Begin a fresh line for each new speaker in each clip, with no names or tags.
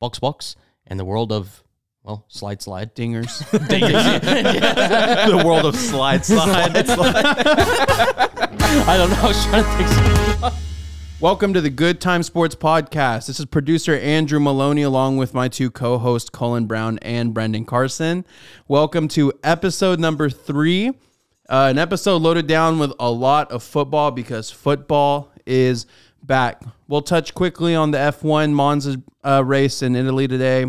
Bucks Bucks, and the world of, well, slide slide dingers.
the world of slide, slide, slide.
I don't know. I was trying to think.
Welcome to the Good Time Sports Podcast. This is producer Andrew Maloney along with my two co hosts, Colin Brown and Brendan Carson. Welcome to episode number three, uh, an episode loaded down with a lot of football because football is back. We'll touch quickly on the F1 Monza uh, race in Italy today.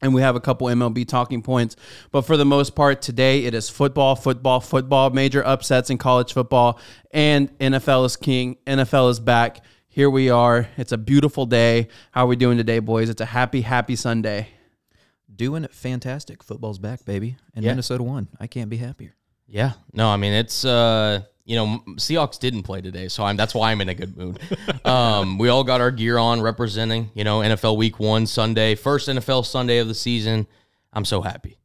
And we have a couple MLB talking points. But for the most part, today it is football, football, football, major upsets in college football, and NFL is king. NFL is back. Here we are. It's a beautiful day. How are we doing today, boys? It's a happy, happy Sunday.
Doing fantastic. Football's back, baby. And Minnesota won. I can't be happier.
Yeah. No, I mean it's uh you know M- Seahawks didn't play today, so I'm that's why I'm in a good mood. um, we all got our gear on representing you know NFL Week One Sunday, first NFL Sunday of the season. I'm so happy.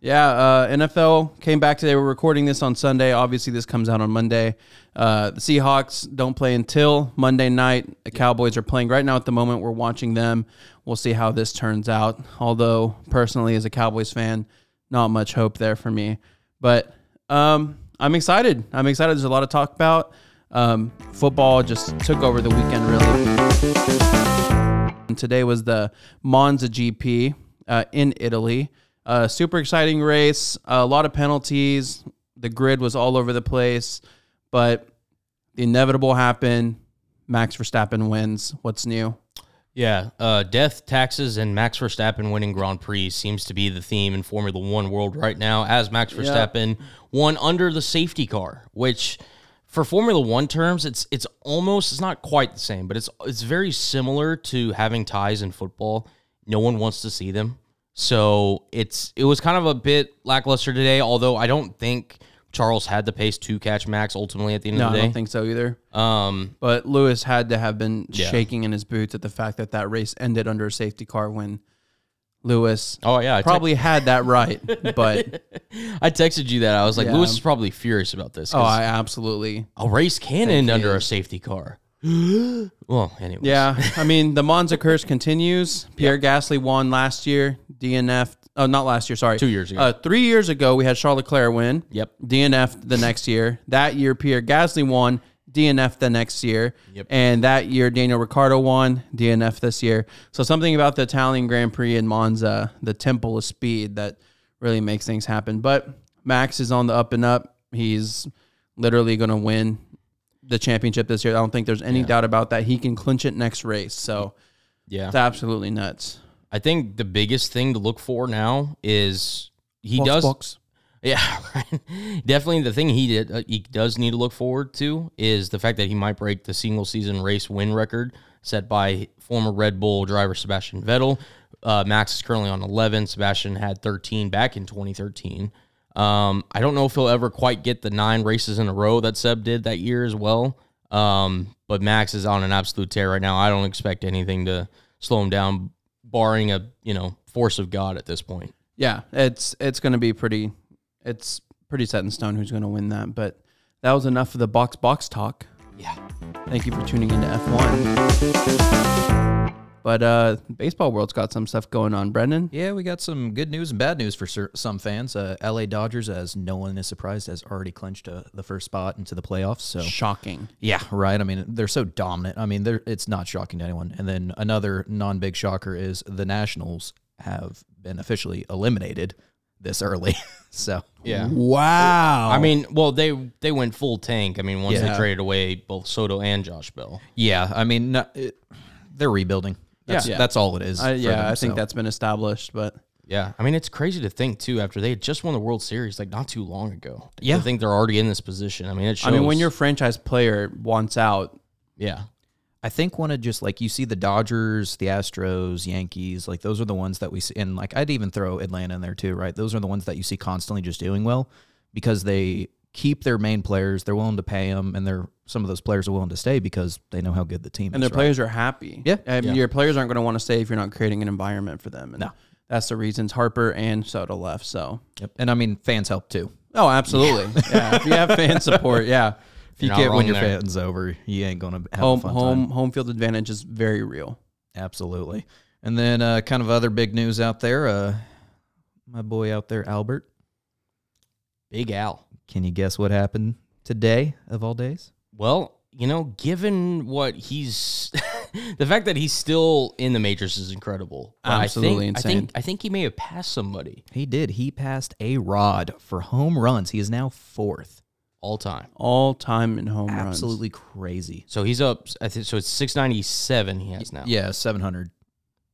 Yeah, uh, NFL came back today. We're recording this on Sunday. Obviously, this comes out on Monday. Uh, the Seahawks don't play until Monday night. The Cowboys are playing right now at the moment. We're watching them. We'll see how this turns out. Although, personally, as a Cowboys fan, not much hope there for me. But um, I'm excited. I'm excited. There's a lot to talk about. Um, football just took over the weekend, really. And today was the Monza GP uh, in Italy. Uh, super exciting race, a lot of penalties. The grid was all over the place, but the inevitable happened. Max Verstappen wins. What's new?
Yeah, uh, death, taxes, and Max Verstappen winning Grand Prix seems to be the theme in Formula One world right now. As Max Verstappen won under the safety car, which for Formula One terms, it's it's almost it's not quite the same, but it's it's very similar to having ties in football. No one wants to see them, so it's it was kind of a bit lackluster today. Although I don't think Charles had the pace to catch Max ultimately at the end
No,
of the
I
day.
don't think so either.
um,
But Lewis had to have been shaking in his boots at the fact that that race ended under a safety car when Lewis
Oh, yeah, I tec-
probably had that right. But
I texted you that I was like,
Yeah.
Lewis is probably furious about this. 'cause
oh, I absolutely
a race can end under a safety car. well, anyway,
Yeah, I mean the Monza curse continues. Pierre Gasly won last year. DNF. Oh, not last year. Sorry,
Two years ago.
Uh, three years ago, we had Charles Leclerc win.
Yep.
DNF the next year. That year, Pierre Gasly won. DNF the next year.
Yep.
And that year, Daniel Ricciardo won. DNF this year. So something about the Italian Grand Prix in Monza, the temple of speed, that really makes things happen. But Max is on the up and up. He's literally going to win the championship this year. I don't think there's any doubt about that. He can clinch it next race. So
yeah.
it's absolutely nuts.
I think the biggest thing to look for now is he does. Yeah, right. definitely. The thing he did, uh, he does need to look forward to is the fact that he might break the single season race win record set by former Red Bull driver Sebastian Vettel. Uh, Max is currently on eleven. Sebastian had thirteen back in twenty thirteen. Um, I don't know if he'll ever quite get the nine races in a row that Seb did that year as well. Um, but Max is on an absolute tear right now. I don't expect anything to slow him down, barring a you know force of God at this point.
Yeah, it's it's going to be pretty. It's pretty set in stone who's going to win that. But that was enough of the box box talk.
Yeah.
Thank you for tuning into F one. But uh, baseball world's got some stuff going on. Brendan,
Yeah, we got some good news and bad news for cer- some fans. Uh, LA Dodgers, as no one is surprised, has already clinched uh, the first spot into the playoffs. So
shocking.
Yeah, right. I mean, they're so dominant. I mean, they're, it's not shocking to anyone. And then another non-big shocker is the Nationals have been officially eliminated this early. so
Yeah.
Wow.
I mean, well, they they went full tank. I mean, once they
Yeah.
traded away both Soto and Josh Bell.
yeah, I mean, no, it, they're rebuilding. That's,
Yeah.
that's all it is.
I,
for
Uh, yeah,
them,
I think
so.
that's been established. But
Yeah, I mean, it's crazy to think too after they had just won the World Series like not too long ago.
Yeah.
I think they're already in this position. I mean, it shows.
I mean, when your franchise player wants out,
yeah,
I think one of just like you see the Dodgers, the Astros, Yankees, like those are the ones that we see. And like I'd even throw Atlanta in there too, right? Those are the ones that you see constantly just doing well because they keep their main players. They're willing to pay them, and they're some of those players are willing to stay because they know how good the team
and
is.
their players are happy.
Yeah.
I mean, your players aren't going to want to stay if you're not creating an environment for them. And
No.
that's the reasons Harper and Soto left. So,
right? Yep. And I mean, fans help too.
oh, absolutely, yeah. If you have fan support, yeah,
If you
You're not
can't
wrong
win your
there.
fans over, you ain't gonna have
home
a fun
home
time.
home field advantage is very real.
Absolutely. And then uh, kind of other big news out there. Uh, my boy out there, Albert.
Big Al.
Can you guess what happened today of all days?
Well, you know, given what he's the fact that he's still in the majors is incredible. But
Absolutely
I think, I
insane.
think I think he may have passed somebody
He did. He passed a rod for home runs. He is now fourth.
all time.
All time in home runs.
Absolutely crazy.
So he's up. I think so. It's six ninety seven. He has now.
Yeah, seven hundred.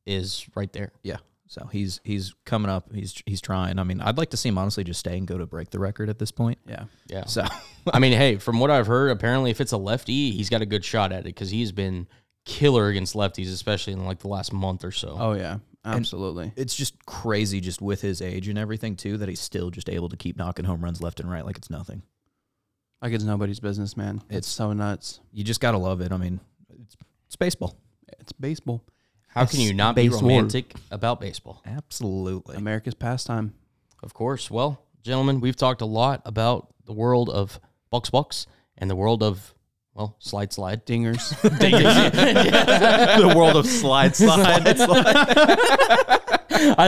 is right there.
Yeah. So he's he's coming up. He's he's trying. I mean, I'd like to see him honestly just stay and go to break the record at this point.
Yeah.
Yeah.
So
I mean, hey, from what I've heard, apparently if it's a lefty, he's got a good shot at it because he's been killer against lefties, especially in like the last month or so.
Oh yeah. Absolutely.
it's just crazy, just with his age and everything too, that he's still just able to keep knocking home runs left and right like it's nothing.
Like it's nobody's business, man. It's, so nuts.
You just gotta love it. I mean, it's, it's baseball.
It's baseball.
How can you not be
Baseball.
romantic about baseball?
Absolutely.
America's pastime.
Of course. Well, gentlemen, we've talked a lot about the world of Bucks Bucks and the world of well, slide slide.
Dingers.
the world of slide slide.
I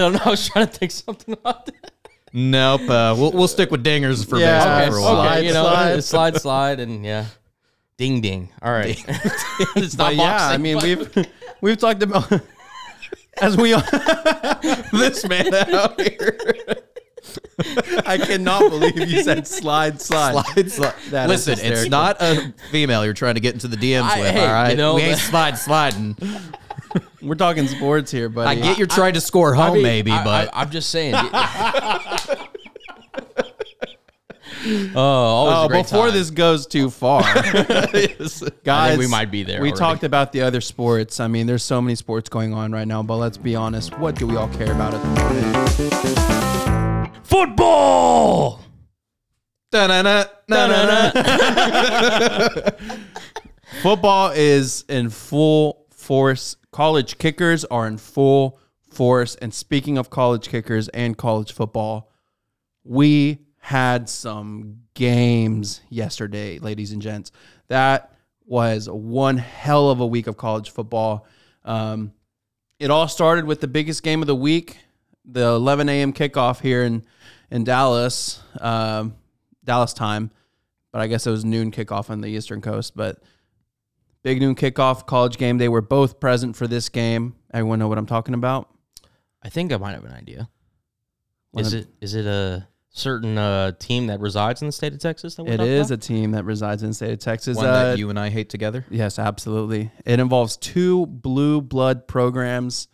don't know. I was trying to think something up.
Nope. Uh, we'll we'll stick with dingers for
Yeah,
baseball
Okay,
for a
okay,
while.
Slide,
you know,
slide.
slide slide and yeah. Ding ding. All right. it's not
But yeah, I
boxing,
mean
but-
we've we've talked about as we
this man out here.
I cannot believe you said slide slide.
Slide, slide.
That is
Listen, it's
hysterical.
not a female you're trying to get into the DMs
I-
with,
hey,
all right?
you know,
we ain't
but-
slide sliding.
We're talking sports here,
I
buddy.
get you're trying to score
I
home,
mean,
Oh, maybe,
I-
but
I, am just saying. oh, Uh, always a
Oh,
great
before
time.
this goes too far,
I
guys,
think we might be there.
We
already.
talked about the other sports. I mean, there's so many sports going on right now, but let's be honest. What do we all care about at the moment?
football.
Da-na-na, na-na-na.
Football is in full force. College kickers are in full force. And speaking of college kickers and college football, we had some games yesterday, ladies and gents. That was one hell of a week of college football. Um, it all started with the biggest game of the week, the 11 a.m. kickoff here in in Dallas, um, Dallas time. But I guess it was noon kickoff on the Eastern Coast. But big noon kickoff, college game. They were both present for this game. Everyone know what I'm talking about?
I think I might have an idea.
Wanna-
Is it is it a certain uh, team that resides in the state of Texas? That we're
It
talking
is
about?
a team that resides in the state of Texas.
One
Uh,
that you and I hate together.
Yes, absolutely. It involves two blue blood programs,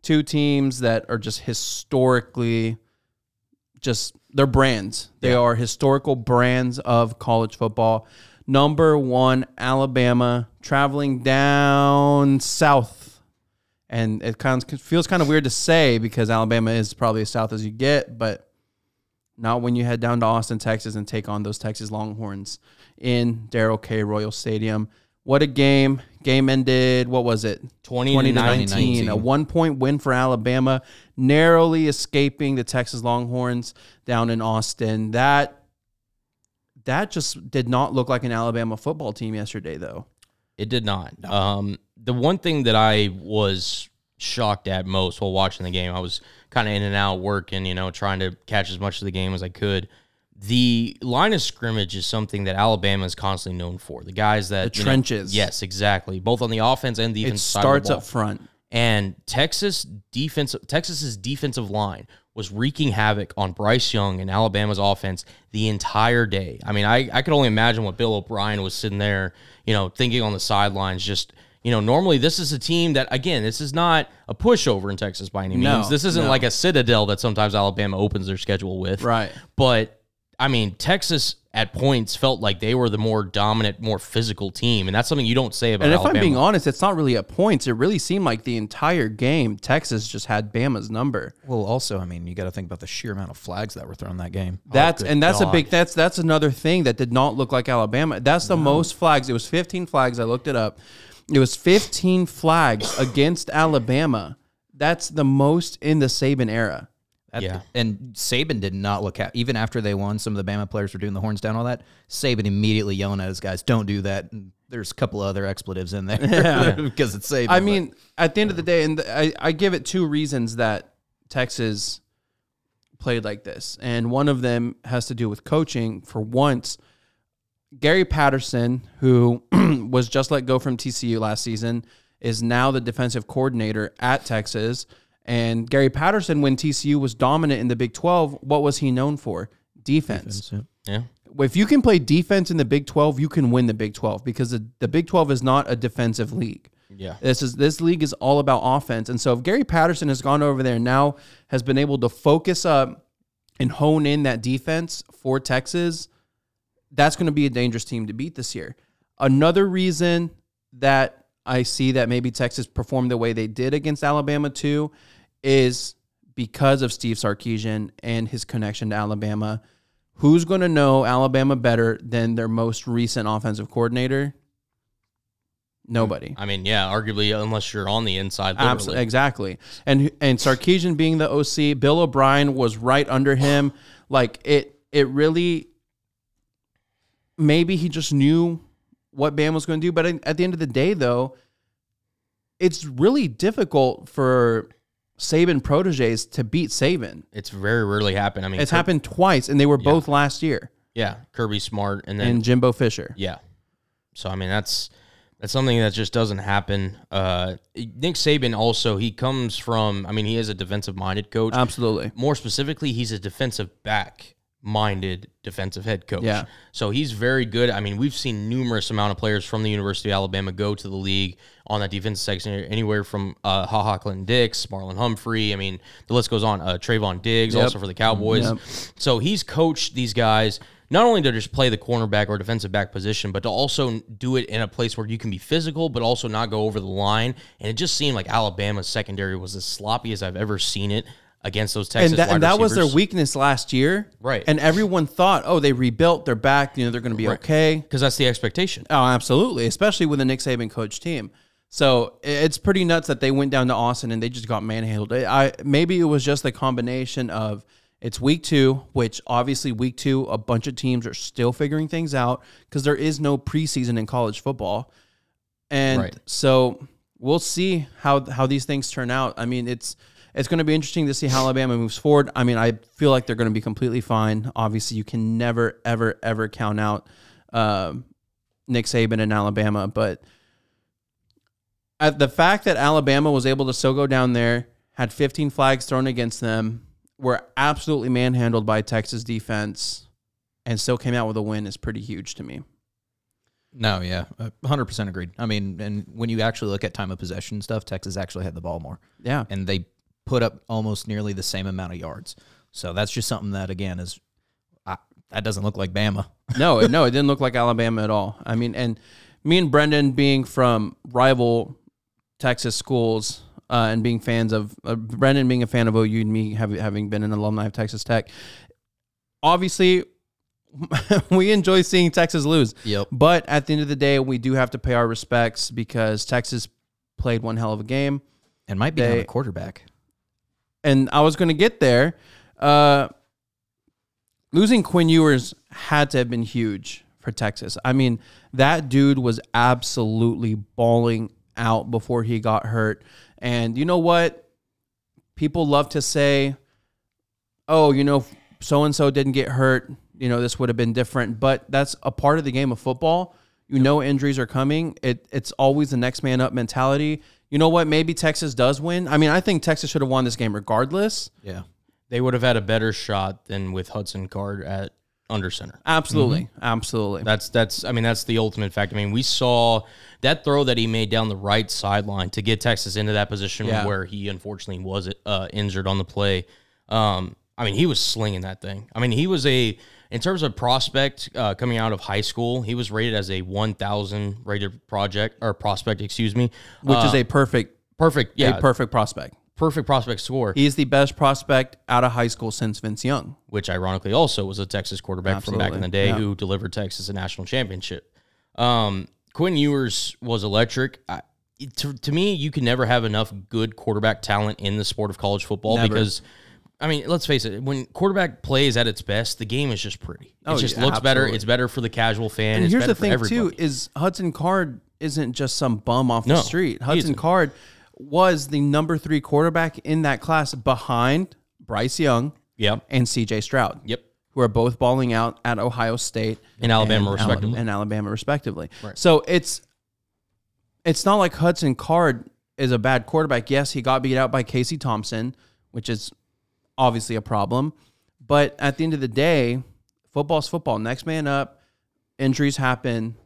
two teams that are just historically just they're brands. They are historical brands of college football. Number 1 Alabama traveling down south. And it kind of feels kind of weird to say because Alabama is probably as south as you get, but not when you head down to Austin, Texas, and take on those Texas Longhorns in Daryl K. Royal Stadium. What a game! Game ended. What was it?
20
Twenty
to
to
19.
nineteen. A one point win for Alabama, narrowly escaping the Texas Longhorns down in Austin. That that just did not look like an Alabama football team yesterday, though.
It did not. Um, the one thing that I was shocked at most while watching the game, I was kind of in and out working, you know, trying to catch as much of the game as I could. The line of scrimmage is something that Alabama is constantly known for. The guys that
The
you know-
trenches.
yes, exactly. Both on the offense and
It
defense. side of the
starts
ball.
up front.
And Texas defense Texas's defensive line was wreaking havoc on Bryce Young and Alabama's offense the entire day. I mean, I, I could only imagine what Bill O'Brien was sitting there, you know, thinking on the sidelines, just you know, normally this is a team that again, this is not a pushover in Texas by any means.
No,
this isn't
no.
like a citadel that sometimes Alabama opens their schedule with.
Right.
But I mean, Texas at points felt like they were the more dominant, more physical team, and that's something you don't say about
And if
Alabama.
I'm being honest, it's not really at points. It really seemed like the entire game, Texas just had Bama's number.
Well, also, I mean, you got to think about the sheer amount of flags that were thrown that game.
That's
good
and that's a
God.
big that's that's another thing that did not look like Alabama. That's the most flags. It was 15 flags. I looked it up. It was 15 flags against Alabama. That's the most in the Saban era.
That-
Yeah.
And Saban did not look out. Even after they won, some of the Bama players were doing the horns down, all that. Saban immediately yelling at his guys, don't do that. And there's a couple other expletives in there because it's Saban.
I
but-
mean, at the end of the day, and th- I, I give it two reasons that Texas played like this. And one of them has to do with coaching. For once, Gary Patterson, who was just let go from TCU last season, is now the defensive coordinator at Texas. And Gary Patterson, when TCU was dominant in the Big 12, what was he known for? Defense
Yeah.
if you can play defense in the Big 12, you can win the Big 12 because the, the Big 12 is not a defensive league.
Yeah.
This is this league is all about offense. And so if Gary Patterson has gone over there and now has been able to focus up and hone in that defense for Texas, that's going to be a dangerous team to beat this year. Another reason that I see that maybe Texas performed the way they did against Alabama too is because of Steve Sarkeesian and his connection to Alabama. Who's going to know Alabama better than their most recent offensive coordinator? Nobody.
I mean, yeah, arguably, unless you're on the inside, literally.
Absolutely, exactly. And and Sarkeesian being the OC, Bill O'Brien was right under him. Like it, it really. Maybe he just knew what Bam was going to do, but at the end of the day, though, it's really difficult for Saban proteges to beat Saban.
It's very rarely happened. I mean,
It's
Kir-
happened twice, and they were both last year.
Yeah, Kirby Smart, and then
And Jimbo Fisher.
Yeah. So I mean that's that's something that just doesn't happen. Uh, Nick Saban also he comes from I mean he is a defensive minded coach.
Absolutely.
More specifically, he's a defensive back minded defensive head coach.
Yeah.
So he's very good. I mean, we've seen numerous amount of players from the University of Alabama go to the league on that defensive section, anywhere from uh, Ha Clinton Dix, Marlon Humphrey. I mean, the list goes on. Uh, Trayvon Diggs, also for the Cowboys. So he's coached these guys not only to just play the cornerback or defensive back position, but to also do it in a place where you can be physical, but also not go over the line. And it just seemed like Alabama's secondary was as sloppy as I've ever seen it against those Texas
and that,
wide
and that was their
receivers.
weakness last year.
Right.
And everyone thought, oh, they rebuilt, they're back, you know, they're going to be okay.
because that's the expectation.
Oh, absolutely, especially with a Nick Saban coach team. So i- it's pretty nuts that they went down to Austin and they just got manhandled. I I- maybe it was just the combination of it's week two, which obviously week two, a bunch of teams are still figuring things out because there is no preseason in college football, and
Right.
so we'll see how how these things turn out. I mean, it's it's going to be interesting to see how Alabama moves forward. I mean, I feel like they're going to be completely fine. Obviously, you can never, ever, ever count out. Um, Nick Saban in Alabama, but at the fact that Alabama was able to still go down there, had 15 flags thrown against them, were absolutely manhandled by Texas defense, and still came out with a win is pretty huge to me.
No, yeah, hundred percent agreed. I mean, and when you actually look at time of possession and stuff, Texas actually had the ball more,
Yeah,
and they put up almost nearly the same amount of yards. So that's just something that again is I, that doesn't look like Bama.
no, no, it didn't look like Alabama at all. I mean, and me and Brendan being from rival Texas schools uh, and being fans of uh, Brendan being a fan of OU and me have, having been an alumni of Texas Tech, obviously we enjoy seeing Texas lose.
Yep.
But at the end of the day, we do have to pay our respects because Texas played one hell of a game.
And might be down
They-
a quarterback.
And I was going to get there. Uh, losing Quinn Ewers had to have been huge for Texas. I mean, that dude was absolutely bawling out before he got hurt. And you know what? People love to say, oh, you know, so and so didn't get hurt. You know, this would have been different. But that's a part of the game of football. You know, injuries are coming. It it's always the next man up mentality. You know what? Maybe Texas does win. I mean, I think Texas should have won this game regardless.
Yeah.
They would have had a better shot than with Hudson Card at under center.
Absolutely, absolutely.
That's that's I mean that's the ultimate fact. I mean we saw that throw that he made down the right sideline to get Texas into that position
Yeah.
where he unfortunately was uh, injured on the play. Um, I mean he was slinging that thing. I mean he was a in terms of prospect uh, coming out of high school, he was rated as a 1,000 rated project or prospect, excuse me, Uh,
Which is a perfect,
perfect, yeah,
a perfect prospect.
perfect prospect score.
He's the best prospect out of high school since Vince Young.
which ironically also was a Texas quarterback from back in the
Absolutely,
day
yeah.
who delivered Texas a national championship. Um, Quinn Ewers was electric. I, to, to me, you can never have enough good quarterback talent in the sport of college football because I mean, let's face it. When quarterback plays at its best, the game is just pretty. It
Oh,
just
yeah,
looks better.
absolutely.
It's better for the casual fan.
And
it's
here's
better
the thing
for
too:
everybody.
is Hudson Card isn't just some bum off
No,
the street.
he
Hudson
isn't.
Card was the number three quarterback in that class behind Bryce Young
Yep.
and C.J. Stroud.
Yep.
who are both balling out at Ohio State
In Alabama,
and
respectively.
Alabama- and Alabama, respectively.
Right.
So it's it's not like Hudson Card is a bad quarterback. Yes, he got beat out by Casey Thompson, which is obviously a problem. But at the end of the day, football's football. Next man up. Injuries happen,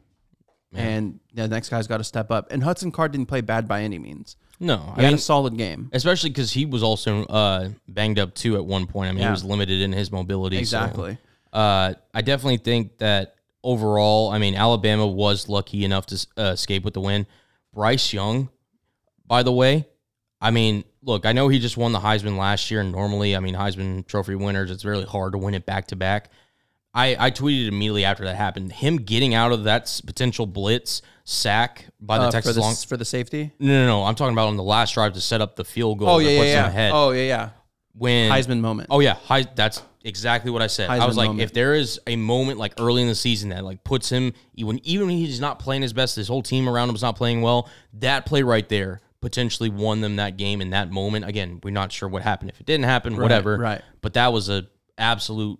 and the next guy's got to step up. And Hudson Card didn't play bad by any means.
No,
He
I
had
mean,
a solid game.
especially because he was also uh, banged up too at one point. I mean,
Yeah.
he was limited in his mobility. so,
Exactly.
uh, I definitely think that overall, I mean, Alabama was lucky enough to uh, escape with the win. Bryce Young, by the way, I mean, look, I know he just won the Heisman last year, and normally, I mean, Heisman Trophy winners, it's really hard to win it back to back. I, I tweeted immediately after that happened. Him getting out of that s- potential blitz sack by the
Uh, for
Texas
the
long.
for the safety.
No, no, no. I'm talking about on the last drive to set up the field goal.
Oh
that
yeah,
puts
yeah,
them
yeah.
ahead.
Oh yeah, yeah.
when
Heisman moment.
Oh yeah, Heis- that's exactly what I said. I
Heisman
was like,
moment.
if there is a moment like early in the season that like puts him even even when he's not playing his best, his whole team around him is not playing well. That play right there potentially won them that game in that moment. Again, we're not sure what happened if it didn't happen, whatever.
right.
But that was a absolute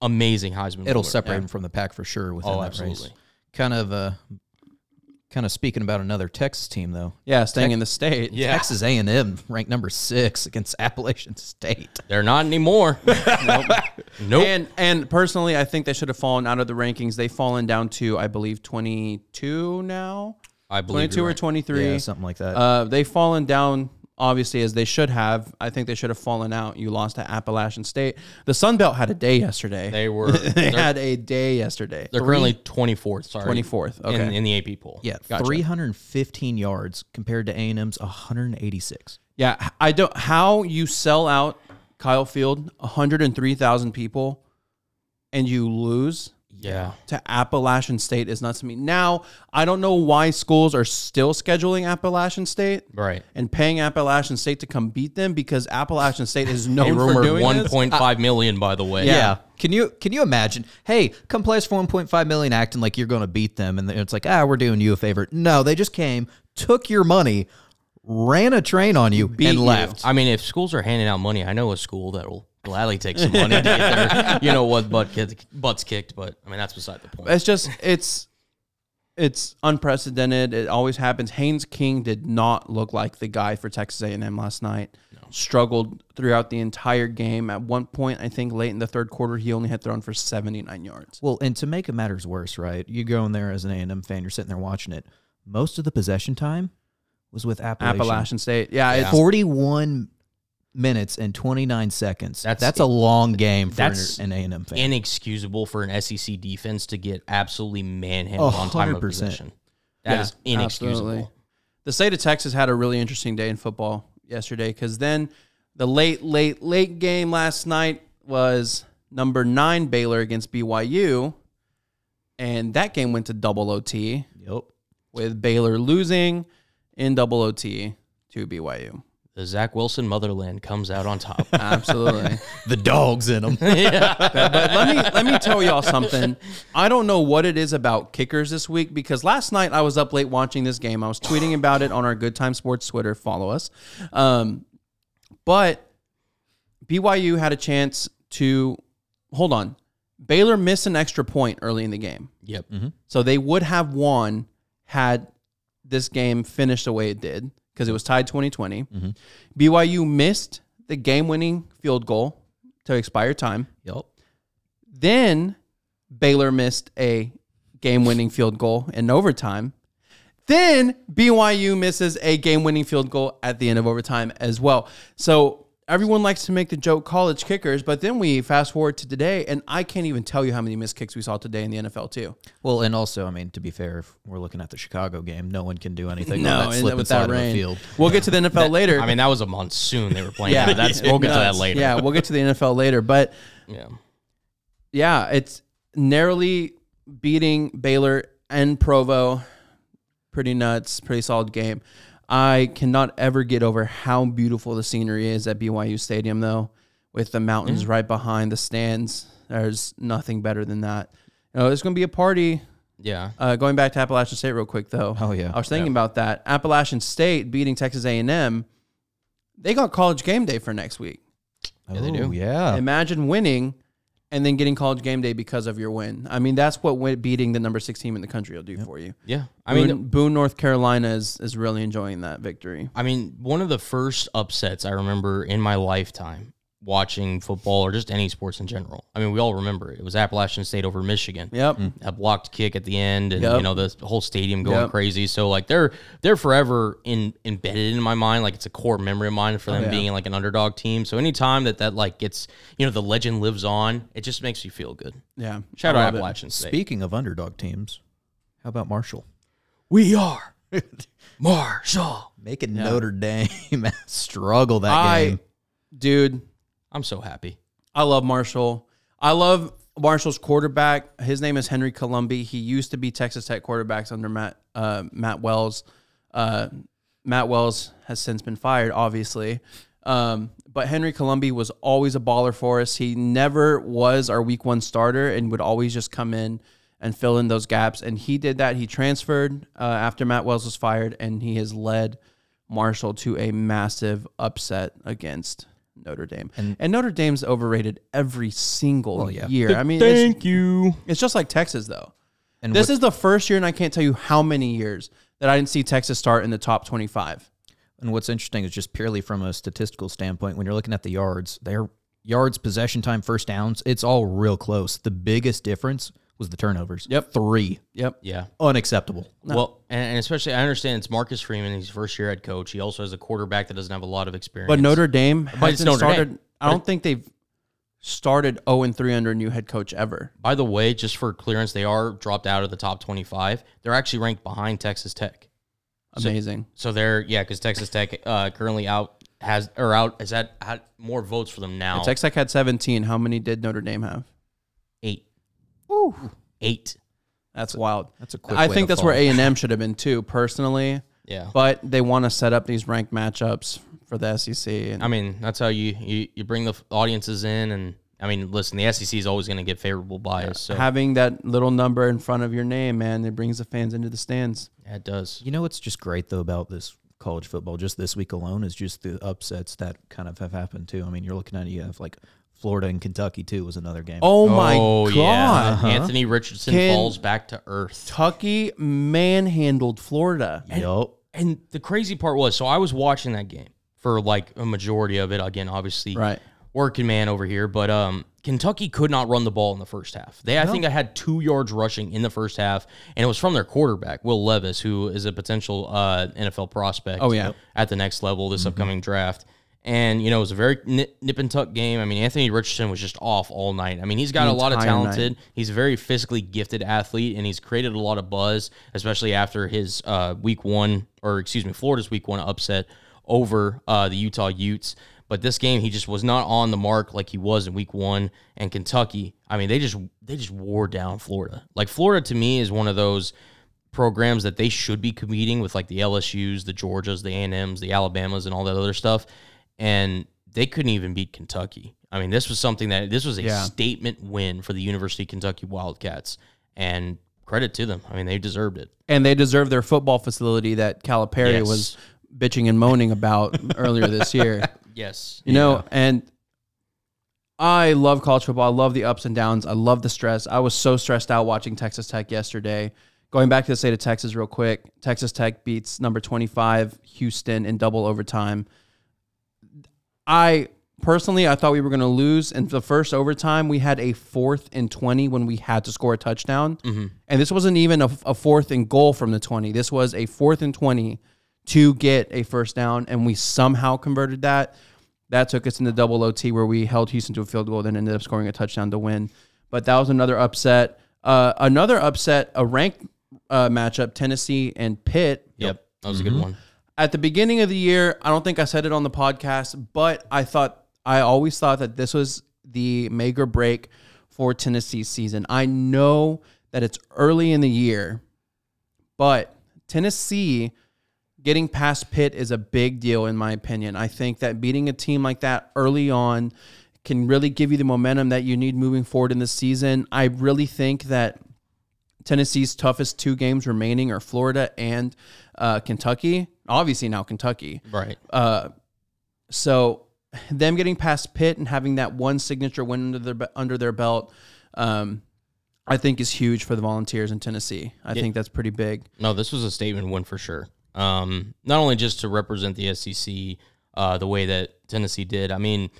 amazing Heisman.
It'll
moment.
separate him from the pack for sure within
Oh,
that race.
absolutely.
Kind of uh, kind of speaking about another Texas team though.
Yeah, staying in the state.
Yeah.
Texas A&M ranked number 6 against Appalachian State.
They're not anymore. nope.
And and personally, I think they should have fallen out of the rankings. They've fallen down to I believe twenty two now,
I believe
twenty two
you're
or
right.
twenty three.
Yeah, something like that.
uh, they've fallen down obviously as they should have. I think they should have fallen out. You lost to Appalachian State. The Sun Belt had a day yesterday.
They were
They
they're,
had a day yesterday.
they're currently 24th, sorry.
24th, okay.
In, in the AP poll.
yeah, 315 yards compared to A&M's 186.
Yeah, I don't. How you sell out Kyle Field, one hundred and three thousand people, and you lose
Yeah.
to Appalachian State is nuts to me. Now, I don't know why schools are still scheduling Appalachian State
Right.
and paying Appalachian State to come beat them because Appalachian State is
They
known for
rumored
doing
one
this.
point five million, by the way.
Yeah. Can you can you imagine? Hey, come play us for 1.5 million, acting like you're going to beat them, and it's like, ah, we're doing you a favor. No, they just came, took your money, ran a train on you, and
you.
left.
I mean, if schools are handing out money, I know a school that will gladly take some money to get their, you know what, butt kicked, butts kicked. But I mean, that's beside the point.
It's just it's it's unprecedented. It always happens. Haynes King did not look like the guy for Texas A&M last night. Struggled throughout the entire game. At one point, I think late in the third quarter, he only had thrown for 79 yards.
Well, and to make matters worse, right? You go in there as an A and M fan, you're sitting there watching it. Most of the possession time was with Appalachian.
Appalachian State. Yeah, it's
41 minutes and 29 seconds. That's,
That's-
that's a long game for
that's
an A and M fan.
Inexcusable for an SEC defense to get absolutely manhandled
A
on time of
hundred percent.
possession. That is
Yeah,
inexcusable.
absolutely. The state of Texas had a really interesting day in football yesterday because then the late, late, late game last night was number nine Baylor against BYU. And that game went to double OT
Yep.
with Baylor losing in double OT to BYU.
The Zach Wilson motherland comes out on top.
Absolutely.
The dogs in them.
but let me let me tell y'all something. I don't know what it is about kickers this week because last night I was up late watching this game. I was tweeting about it on our Good Time Sports Twitter. Follow us. Um, but BYU had a chance to hold on. Baylor missed an extra point early in the game,
yep.
so they would have won had this game finished the way it did because it was tied 2020. BYU missed the game-winning field goal to expire time.
yep.
Then Baylor missed a game winning field goal in overtime. Then BYU misses a game winning field goal at the end of overtime as well. So everyone likes to make the joke college kickers, but then we fast forward to today, and I can't even tell you how many missed kicks we saw today in the NFL, too.
Well, and also, I mean, to be fair, if we're looking at the Chicago game, no one can do anything
No,
on that
and
slip and
with
slide
that
of the
rain.
field.
We'll get to the NFL later.
I mean, that was a monsoon they were playing. yeah. That's we'll get to that
Nuts.
later.
Yeah, we'll get to the NFL later, but
Yeah.
yeah, it's narrowly beating Baylor and Provo. Pretty nuts, pretty solid game. I cannot ever get over how beautiful the scenery is at BYU Stadium, though, with the mountains
Mm.
right behind the stands. There's nothing better than that. You know, there's going to be a party
Yeah.
uh, going back to Appalachian State real quick though.
Oh, yeah.
I was thinking about that. Appalachian State beating Texas A and M. They got College Game Day for next week.
Yeah, they do.
Oh, Yeah.
Imagine winning and then getting College Game Day because of your win. I mean, that's what win- beating the number six team in the country will do for you.
Yeah. I
I mean,
mean,
Boone, Boone, North Carolina is is really enjoying that victory.
I mean, one of the first upsets I remember in my lifetime watching football or just any sports in general. I mean, we all remember it. It was Appalachian State over Michigan.
Yep.
A blocked kick at the end and
Yep.
you know the whole stadium going
Yep.
crazy. So like they're they're forever in embedded in my mind. Like it's a core memory of mine
Oh,
for them being like an underdog team. So anytime that that like gets, you know, the legend lives on, it just makes you feel good.
Yeah.
Shout
I
out
love it.
Appalachian State.
Speaking of underdog teams, how about Marshall?
We are Marshall.
Making Notre Dame struggle that
I,
game.
dude,
I'm so happy.
I love Marshall. I love Marshall's quarterback. His name is Henry Columbia. He used to be Texas Tech quarterbacks under Matt uh, Matt Wells. Uh, Matt Wells has since been fired, obviously. Um, but Henry Columbia was always a baller for us. He never was our week one starter and would always just come in and fill in those gaps. And he did that. He transferred uh, after Matt Wells was fired, and he has led Marshall to a massive upset against Notre Dame. And, Notre Dame's overrated every single year. I mean, it's,
you.
it's just like Texas, though.
And
this is the first year, and I can't tell you how many years that I didn't see Texas start in the top 25.
And what's interesting is just purely from a statistical standpoint, when you're looking at the yards, their yards, possession time, first downs, it's all real close. The biggest difference was the turnovers.
Yep.
Three.
Yep.
Yeah.
Unacceptable.
Well, and, and especially I understand it's Marcus Freeman, his first year head coach. He also has a quarterback that doesn't have a lot of experience.
But Notre Dame
But it's
hasn't
Notre
started.
Dame.
I don't think they've started 0 and 3 under a new head coach ever.
by the way, just for clearance, they are dropped out of the top twenty-five. They're actually ranked behind Texas Tech.
Amazing.
So they're yeah, because Texas Tech uh, currently out has or out has had, had more votes for them now.
Texas Tech had 17. How many did Notre Dame have?
eight. Eight.
That's wild.
That's a quick.
I
way
think
to
that's where
fall.
A and M should have been too, personally.
Yeah.
But they want to set up these ranked matchups for the SEC. And
I mean, that's how you you, you bring the f- audiences in, and I mean, listen, the SEC is always going to get favorable bias. So
having that little number in front of your name, man, it brings the fans into the stands.
yeah, it does.
You know what's just great though about this college football, just this week alone, is just the upsets that kind of have happened too. I mean, you're looking at you have like Florida and Kentucky too was another game.
Oh my god.
Anthony Richardson
Can-
falls back to earth.
Kentucky manhandled Florida.
Yup.
And the crazy part was, so I was watching that game for like a majority of it. Again, obviously,
Right.
working man over here, but um, Kentucky could not run the ball in the first half. They, I think, I had two yards rushing in the first half, and it was from their quarterback Will Levis, who is a potential uh, NFL prospect.
Oh, yeah. Mm-hmm.
at the next level this upcoming draft. And you know, it was a very nip, nip and tuck game. I mean, Anthony Richardson was just off all night. I mean, he's got a lot of
entire night.
talented. He's a very physically gifted athlete, and he's created a lot of buzz, especially after his uh, week one, or excuse me, Florida's week one upset over uh, the Utah Utes. But this game, he just was not on the mark like he was in week one. And Kentucky, I mean, they just they just wore down Florida. Like Florida to me is one of those programs that they should be competing with, like the LSU's, the Georgias, the A&Ms, the Alabamas, and all that other stuff. And they couldn't even beat Kentucky. I mean, this was something that this was a statement win for the University of Kentucky Wildcats, and credit to them. I mean, they deserved it.
And they deserve their football facility that Calipari
Yes.
was bitching and moaning about earlier this year.
Yes,
You know, and I love college football. I love the ups and downs. I love the stress. I was so stressed out watching Texas Tech yesterday. Going back to the state of Texas real quick, Texas Tech beats number 25 Houston in double overtime. I personally I thought we were going to lose in the first overtime. We had a fourth and 20 when we had to score a touchdown. And this wasn't even a, a fourth and goal from the 20. This was a fourth and 20 to get a first down and we somehow converted that. That took us into double OT where we held Houston to a field goal, then ended up scoring a touchdown to win. But that was another upset. Uh, another upset, a ranked uh, matchup, Tennessee and Pitt.
yep, that was a good one.
At the beginning of the year, I don't think I said it on the podcast, but I thought, I always thought that this was the make or break for Tennessee season. I know that it's early in the year, but Tennessee getting past Pitt is a big deal, in my opinion. I think that beating a team like that early on can really give you the momentum that you need moving forward in the season. I really think that Tennessee's toughest two games remaining are Florida and uh, Kentucky. Obviously, now Kentucky.
Right.
Uh, so them getting past Pitt and having that one signature win under their under their belt, um, I think is huge for the Volunteers in Tennessee. I think that's pretty big.
No, this was a statement win for sure. Um, not only just to represent the SEC uh, the way that Tennessee did. I mean,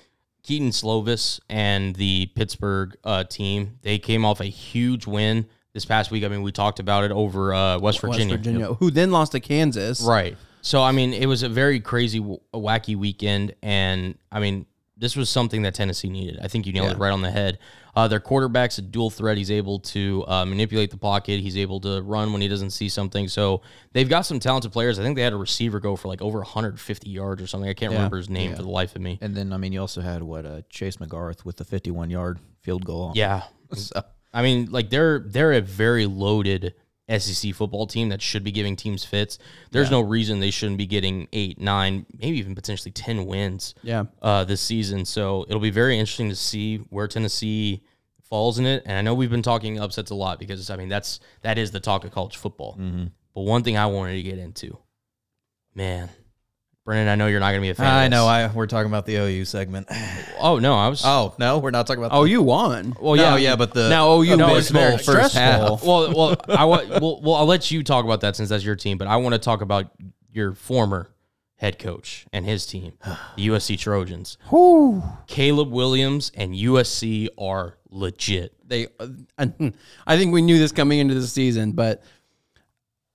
Keaton Slovis and the Pittsburgh uh, team, they came off a huge win this past week. I mean, we talked about it over uh, West Virginia.
West Virginia, who then lost to Kansas.
Right. So I mean, it was a very crazy, w- wacky weekend, and I mean, this was something that Tennessee needed. I think you nailed it right on the head. Uh, their quarterback's a dual threat. He's able to uh, manipulate the pocket. He's able to run when he doesn't see something. So they've got some talented players. I think they had a receiver go for like over 150 yards or something. I can't remember his name for the life of me.
And then I mean, you also had what uh, Chase McGarth with the 51 yard field goal.
Yeah. I mean, like they're they're a very loaded SEC football team that should be giving teams fits. There's no reason they shouldn't be getting eight, nine, maybe even potentially ten wins.
Yeah.
uh, this season. So it'll be very interesting to see where Tennessee falls in it. And I know we've been talking upsets a lot because I mean that's that is the talk of college football. But one thing I wanted to get into, man, Brennan, I know you're not going to be a fan. of
I
this.
know. I we're talking about the OU segment.
oh no, I was.
Oh no, we're not talking about.
Oh, you won.
well,
no,
yeah,
yeah, but the
Now OU
abysmal
was very
first
stressful.
half.
well, well, I wa- well, well, I'll let you talk about that since that's your team. But I want to talk about your former head coach and his team, the USC Trojans. Caleb Williams and USC are legit.
They, I think we knew this coming into the season, but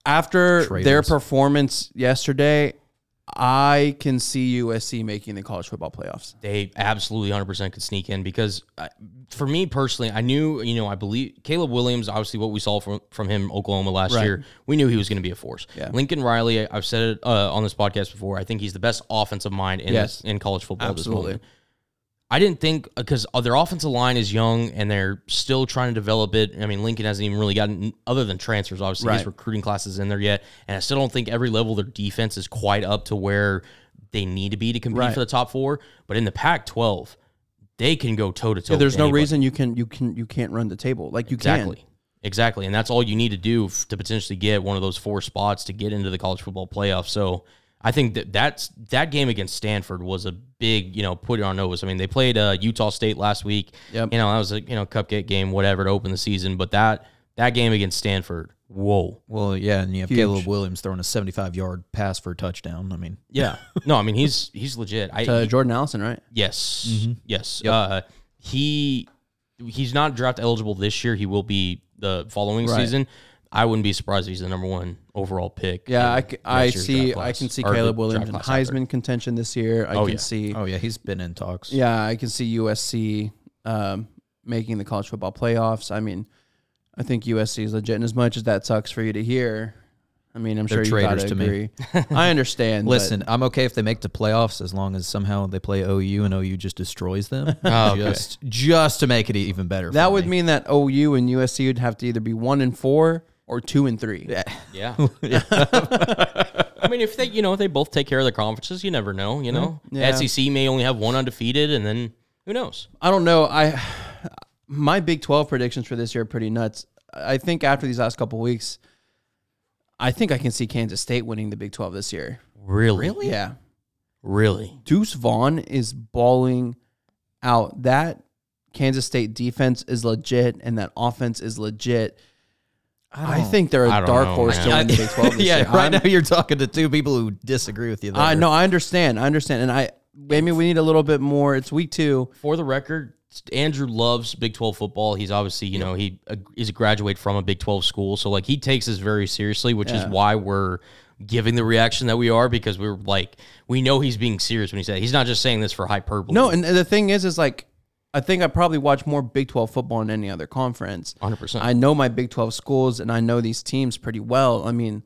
after their
Traitors.
performance yesterday, I can see USC making the college football playoffs.
they absolutely 100% could sneak in because I, for me personally i knew you know i believe caleb williams obviously what we saw from, from him oklahoma last year we knew he was going to be a force lincoln riley I- i've said it uh, on this podcast before i think he's the best offensive mind in,
Yes.
in college football at this
Absolutely.
moment. I didn't think because their offensive line is young and they're still trying to develop it. I mean, Lincoln hasn't even really gotten other than transfers. Obviously, his
Right.
recruiting class is in there yet, and I still don't think every level their defense is quite up to where they need to be to compete
Right.
for the top four. But in the Pac-12, they can go toe to toe.
There's no reason you can you can you can't run the table like you
exactly,
can.
exactly, and that's all you need to do f- to potentially get one of those four spots to get into the college football playoff. So. I think that that's that game against Stanford was a big, you know, put it on notice. I mean, they played uh, Utah State last week.
Yep.
You know, that was a you know cupcake game, whatever, to open the season. But that that game against Stanford, whoa,
Well, yeah, and you have Caleb Williams throwing a 75 yard pass for a touchdown. I mean,
yeah. no, I mean he's he's legit. I
Uh, Jordan Allison, right?
Yes.
Mm-hmm.
Yes. Uh, he he's not draft eligible this year. He will be the following season. I wouldn't be surprised if he's the number one overall pick.
Yeah,
in
I, c-
next
I
year's
see.
draft
I can
class,
see
or the
Caleb
draft
Williams in
class after.
Heisman contention this year. I can
yeah.
see.
oh yeah, he's been in talks.
Yeah, I can see USC um, making the college football playoffs. I mean, I think USC is legit, and as much as that sucks for you to hear, I mean, I'm
They're
sure you gotta
traitors to me.
agree. I understand. but
Listen, I'm okay if they make the playoffs as long as somehow they play OU and OU just destroys them. Just just to make it e-, even better.
that
for
would
me.
mean that OU and USC would have to either be one and four or two and three.
Yeah. I mean, if they you know they both take care of their conferences, you never know. You know,
Yeah.
SEC may only have one undefeated, and then who knows?
I don't know. I my Big Twelve predictions for this year are pretty nuts. I think after these last couple weeks, I think I can see Kansas State winning the Big Twelve this year.
Really, really,
Yeah.
really.
Deuce Vaughn is balling out. That Kansas State defense is legit, and that offense is legit. I, think they're
I
a
don't
dark
know,
horse to
man.
win the Big 12 this
yeah,
year.
right
I'm-
now you're talking to two people who disagree with you. There.
I know. I understand. I understand. And I maybe we need a little bit more. It's week two.
for the record, Andrew loves Big 12 football. He's obviously, you know, he uh, is a graduate from a Big 12 school. So, like, he takes this very seriously, which is why we're giving the reaction that we are because we're like, we know he's being serious when he said it. He's not just saying this for hyperbole.
No, and the thing is, is like I think I probably watch more Big 12 football than any other conference.
100%.
I know my Big 12 schools and I know these teams pretty well. I mean,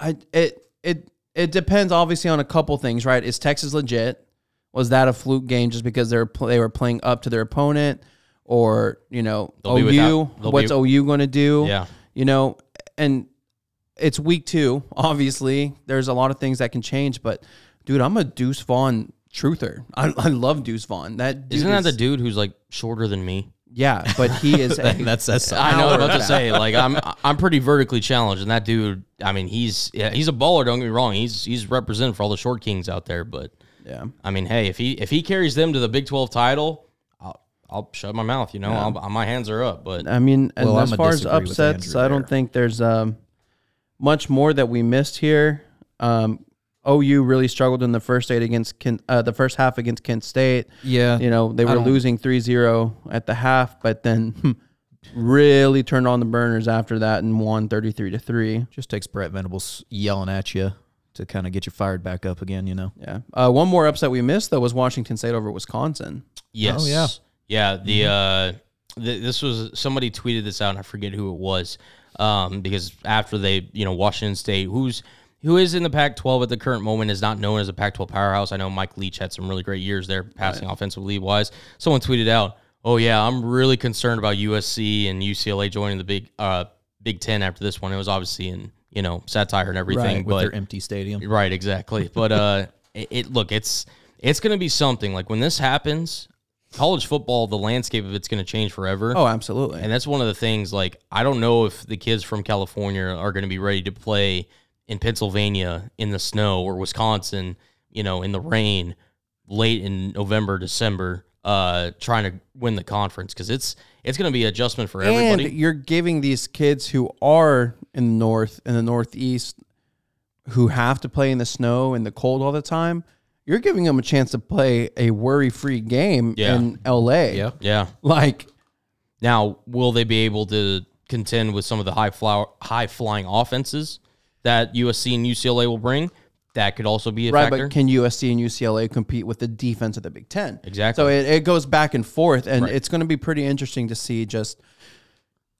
I it it it depends obviously on a couple things, right? Is Texas legit? Was that a fluke game just because they were pl- they were playing up to their opponent, or you know
They'll be
OU?
without- they'll
what's
be-
OU going to do?
Yeah.
you know, and it's week two. Obviously, there's a lot of things that can change, but dude, I'm a Deuce Vaughn truther. I, I love Deuce Vaughn. That dude
Isn't that the
is-
dude who's like shorter than me?
yeah? But he is. a-
that says something.
I know what I'm about
Howard.
to say. Like I'm I'm pretty vertically challenged, and that dude. I mean, he's yeah, he's a baller. Don't get me wrong. He's he's represented for all the short kings out there. But
yeah.
I mean, hey, if he if he carries them to the Big Twelve title, I'll I'll shut my mouth. You know, I'll, my hands are up. But
I mean, and
Well,
as
I'ma
far as
disagree with
upsets,
Andrew
I don't
there.
think there's um, much more that we missed here. Um, OU really struggled in the first eight against Kent, uh, the first half against Kent State.
Yeah.
You know, they were losing 3-0 at the half, but then really turned on the burners after that and won 33 to 3.
Just takes Brett Venables yelling at you to kind of get you fired back up again, you know.
Yeah. Uh, one more upset we missed though was Washington State over Wisconsin.
yes,
Oh, yeah. Mm-hmm.
yeah. The uh, th- this was somebody tweeted this out, and I forget who it was. Um, because after they, you know, Washington State, who's who is in the Pac-12 at the current moment, is not known as a Pac-12 powerhouse. I know Mike Leach had some really great years there, passing offensively wise. Someone tweeted out, "Oh yeah, I'm really concerned about USC and UCLA joining the Big uh Big Ten after this one." It was obviously in you know satire and everything,
With
but
their empty stadium.
Right, exactly. But uh it, it look, it's it's going to be something. Like when this happens, college football, the landscape of it's going to change forever.
Oh, absolutely.
And that's one of the things like I don't know if the kids from California are going to be ready to play in Pennsylvania in the snow or Wisconsin, you know, in the rain late in November, December, uh trying to win the conference cuz it's it's going to be adjustment for everybody.
And you're giving these kids who are in the north and the northeast who have to play in the snow and the cold all the time, you're giving them a chance to play a worry-free game
Yeah.
in LA.
Yeah.
yeah.
Like
Now, will they be able to contend with some of the high flower, high flying offenses that USC and UCLA will bring? That could also be a
right,
factor.
but can USC and UCLA compete with the defense of the Big 10?
Exactly.
So it, it goes back and forth and it's going to be pretty interesting to see just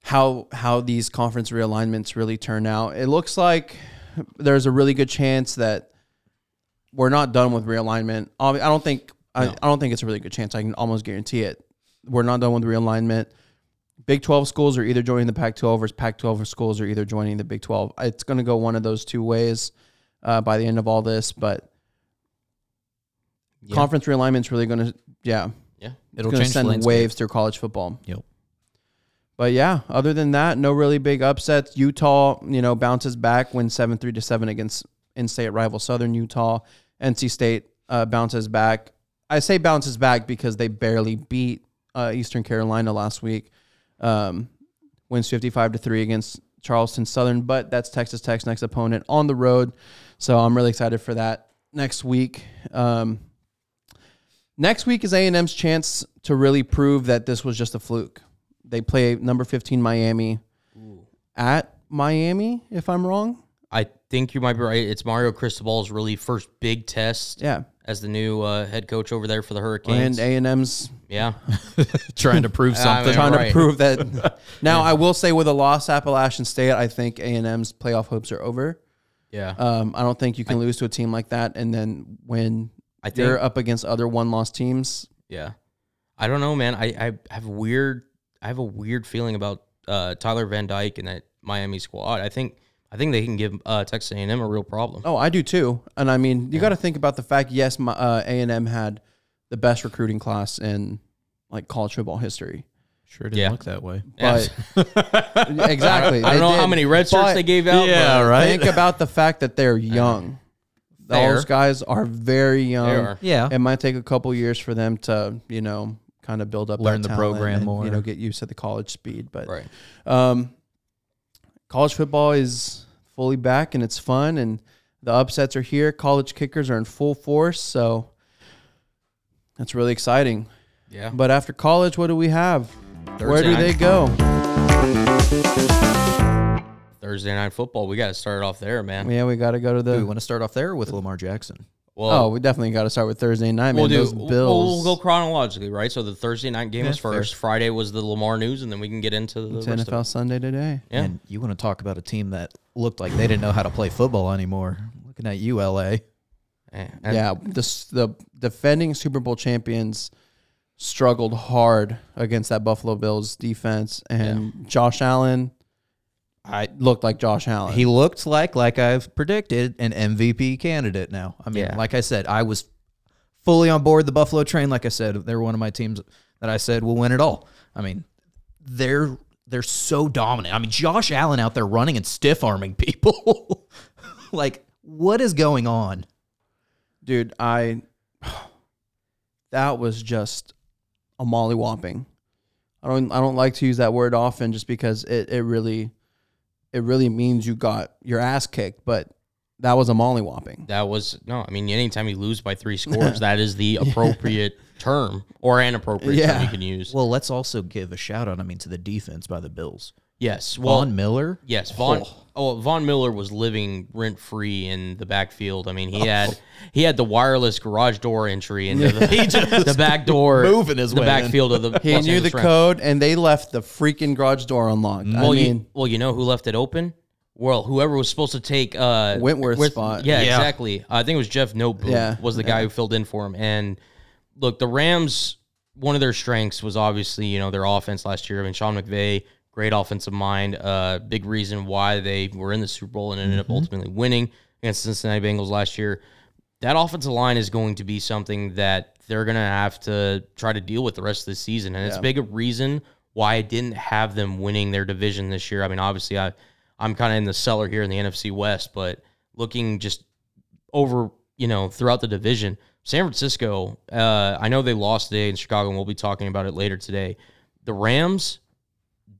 how how these conference realignments really turn out. It looks like there's a really good chance that we're not done with realignment. Ob- I don't think I, I don't think it's a really good chance. I can almost guarantee it. We're not done with realignment. Big 12 schools are either joining the Pac 12 or Pac 12 schools are either joining the Big 12. It's going to go one of those two ways uh, by the end of all this, but conference realignment's really going to, yeah,
yeah.
It'll
going to
change the
send
landscape.
waves through college football.
Yep.
But yeah, other than that, no really big upsets. Utah, you know, bounces back, wins seven three to seven against in-state rival Southern Utah. NC State uh, bounces back. I say bounces back because they barely beat uh, Eastern Carolina last week. Um, wins fifty five to three against Charleston Southern, but that's Texas Tech's next opponent on the road, so I'm really excited for that next week. Um, next week is A and M's chance to really prove that this was just a fluke. They play number 15 Miami at Miami, if I'm wrong.
I think you might be right. It's Mario Cristobal's really first big test
Yeah.
as the new uh, head coach over there for the
And
Hurricanes.
A&M's
yeah.
Trying to prove something.
mean,
trying to
Right.
prove that. now, I will say with a loss Appalachian State, I think A&M's playoff hopes are over.
Yeah.
Um, I don't think you can lose to a team like that and then when
I think-
you're up against other one-loss teams.
Yeah. I don't know, man. I, I have weird I have a weird feeling about uh, Tyler Van Dyke and that Miami squad. I think I think they can give uh, Texas A&M a real problem.
Oh, I do too. And I mean, you got to think about the fact. Yes, my, uh, A&M had the best recruiting class in like college football history.
Sure didn't
Yeah.
look that way.
But exactly,
I don't know how
did.
many red shirts
But
they gave out.
Yeah,
but
right.
Think about the fact that they're young.
Fair.
Those guys are very young.
They are.
Yeah.
It might take a couple years for them to, you know, kind of build up,
Learn
that
the
talent
program
and,
more.
you know, get used to the college speed. But
Right.
um, college football is fully back and it's fun, and the upsets are here. College kickers are in full force, so that's really exciting.
Yeah.
But after college, what do we have? Where
Thursday
do they
night.
go?
Thursday night football. We got to start off there, man.
Yeah, we got to go to
Do we
the.
want to start off there with Lamar Jackson?
Well,
Oh, we definitely got to start with Thursday night. Man,
we'll do.
those
We'll,
Bills.
we'll go chronologically, right? So the Thursday night game was
fair.
first. Friday was the Lamar news, and then we can get into the
It's
rest of it.
NFL Sunday today.
Yeah.
And you want to talk about a team that looked like they didn't know how to play football anymore. Looking at you, LA.
Eh, and-
yeah, the s- the defending Super Bowl champions struggled hard against that Buffalo Bills defense, and Josh Allen I looked like Josh Allen.
He looked like, like I've predicted, an MVP candidate now. I mean,
Yeah.
like I said, I was fully on board the Buffalo train. Like I said, they're one of my teams that I said will win it all. I mean, they're they're so dominant. I mean, Josh Allen out there running and stiff arming people. like, what is going on?
dude i that was just a mollywhopping i don't i don't like to use that word often just because it, it really it really means you got your ass kicked but that was a mollywhopping
That was no. I mean, anytime you lose by three scores, that is the appropriate term or an appropriate
Yeah.
term you can use.
Well, let's also give a shout out. I mean, to the defense by the Bills.
yes. Well,
Vaughn Miller.
yes. Von. Oh, Von Miller was living rent free in the backfield. I mean, he had he had the wireless garage door entry into the, the back door,
moving his
the
way in.
backfield of the.
he
Los
knew
Angeles
the
Rams.
code and they left the freaking garage door unlocked i
Well, you,
mean
well, you know who left it open? Well, whoever was supposed to take uh,
Wentworth's spot.
Yeah,
Yeah.
exactly. I think it was Jeff Nobu
Yeah,
was the guy who filled in for him. And look, the Rams, one of their strengths was obviously you know their offense last year. I mean, Sean McVay, great offensive mind. Uh, big reason why they were in the Super Bowl and ended up ultimately winning against Cincinnati Bengals last year. That offensive line is going to be something that they're going to have to try to deal with the rest of the season, and it's big a reason why I didn't have them winning their division this year. I mean, obviously, I I'm kind of in the cellar here in the NFC West, but looking just over, you know, throughout the division. San Francisco, uh, I know they lost today in Chicago, and we'll be talking about it later today. The Rams,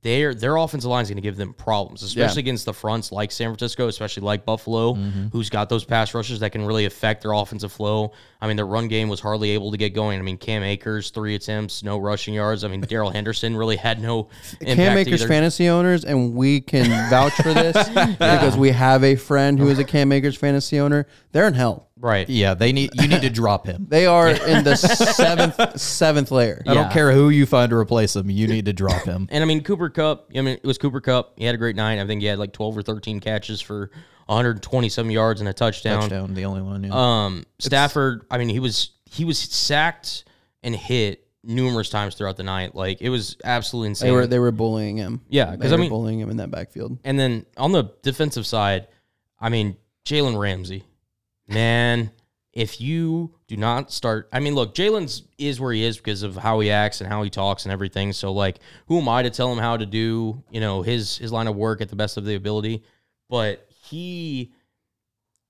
their their offensive line is going to give them problems, especially against the fronts like San Francisco, especially like Buffalo,
Mm-hmm.
who's got those pass rushers that can really affect their offensive flow. I mean, their run game was hardly able to get going. I mean, Cam Akers three attempts, no rushing yards. I mean, Daryl Henderson really had no impact
Cam Akers
either.
fantasy owners, and we can vouch for this because we have a friend who is a Cam Akers fantasy owner. They're in hell.
right?
Yeah, they need you need to drop him.
They are in the seventh seventh layer.
I don't
Yeah.
care who you find to replace him. You need to drop him.
And I mean Cooper Cup. I mean it was Cooper Cup. He had a great night. I think he had like twelve or thirteen catches for 120 some yards and a touchdown.
Touchdown, the only one. Yeah.
Um, Stafford. I mean he was he was sacked and hit numerous times throughout the night. Like it was absolutely insane.
They were they were bullying him.
Yeah,
They
'cause I
were
mean-
bullying him in that backfield.
and then on the defensive side, I mean Jalen Ramsey, man. If you do not start, I mean, look, Jalen's is where he is because of how he acts and how he talks and everything. So, like, who am I to tell him how to do, you know, his his line of work at the best of the ability? But he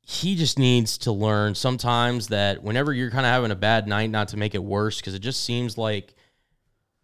he just needs to learn sometimes that whenever you're kind of having a bad night, not to make it worse, because it just seems like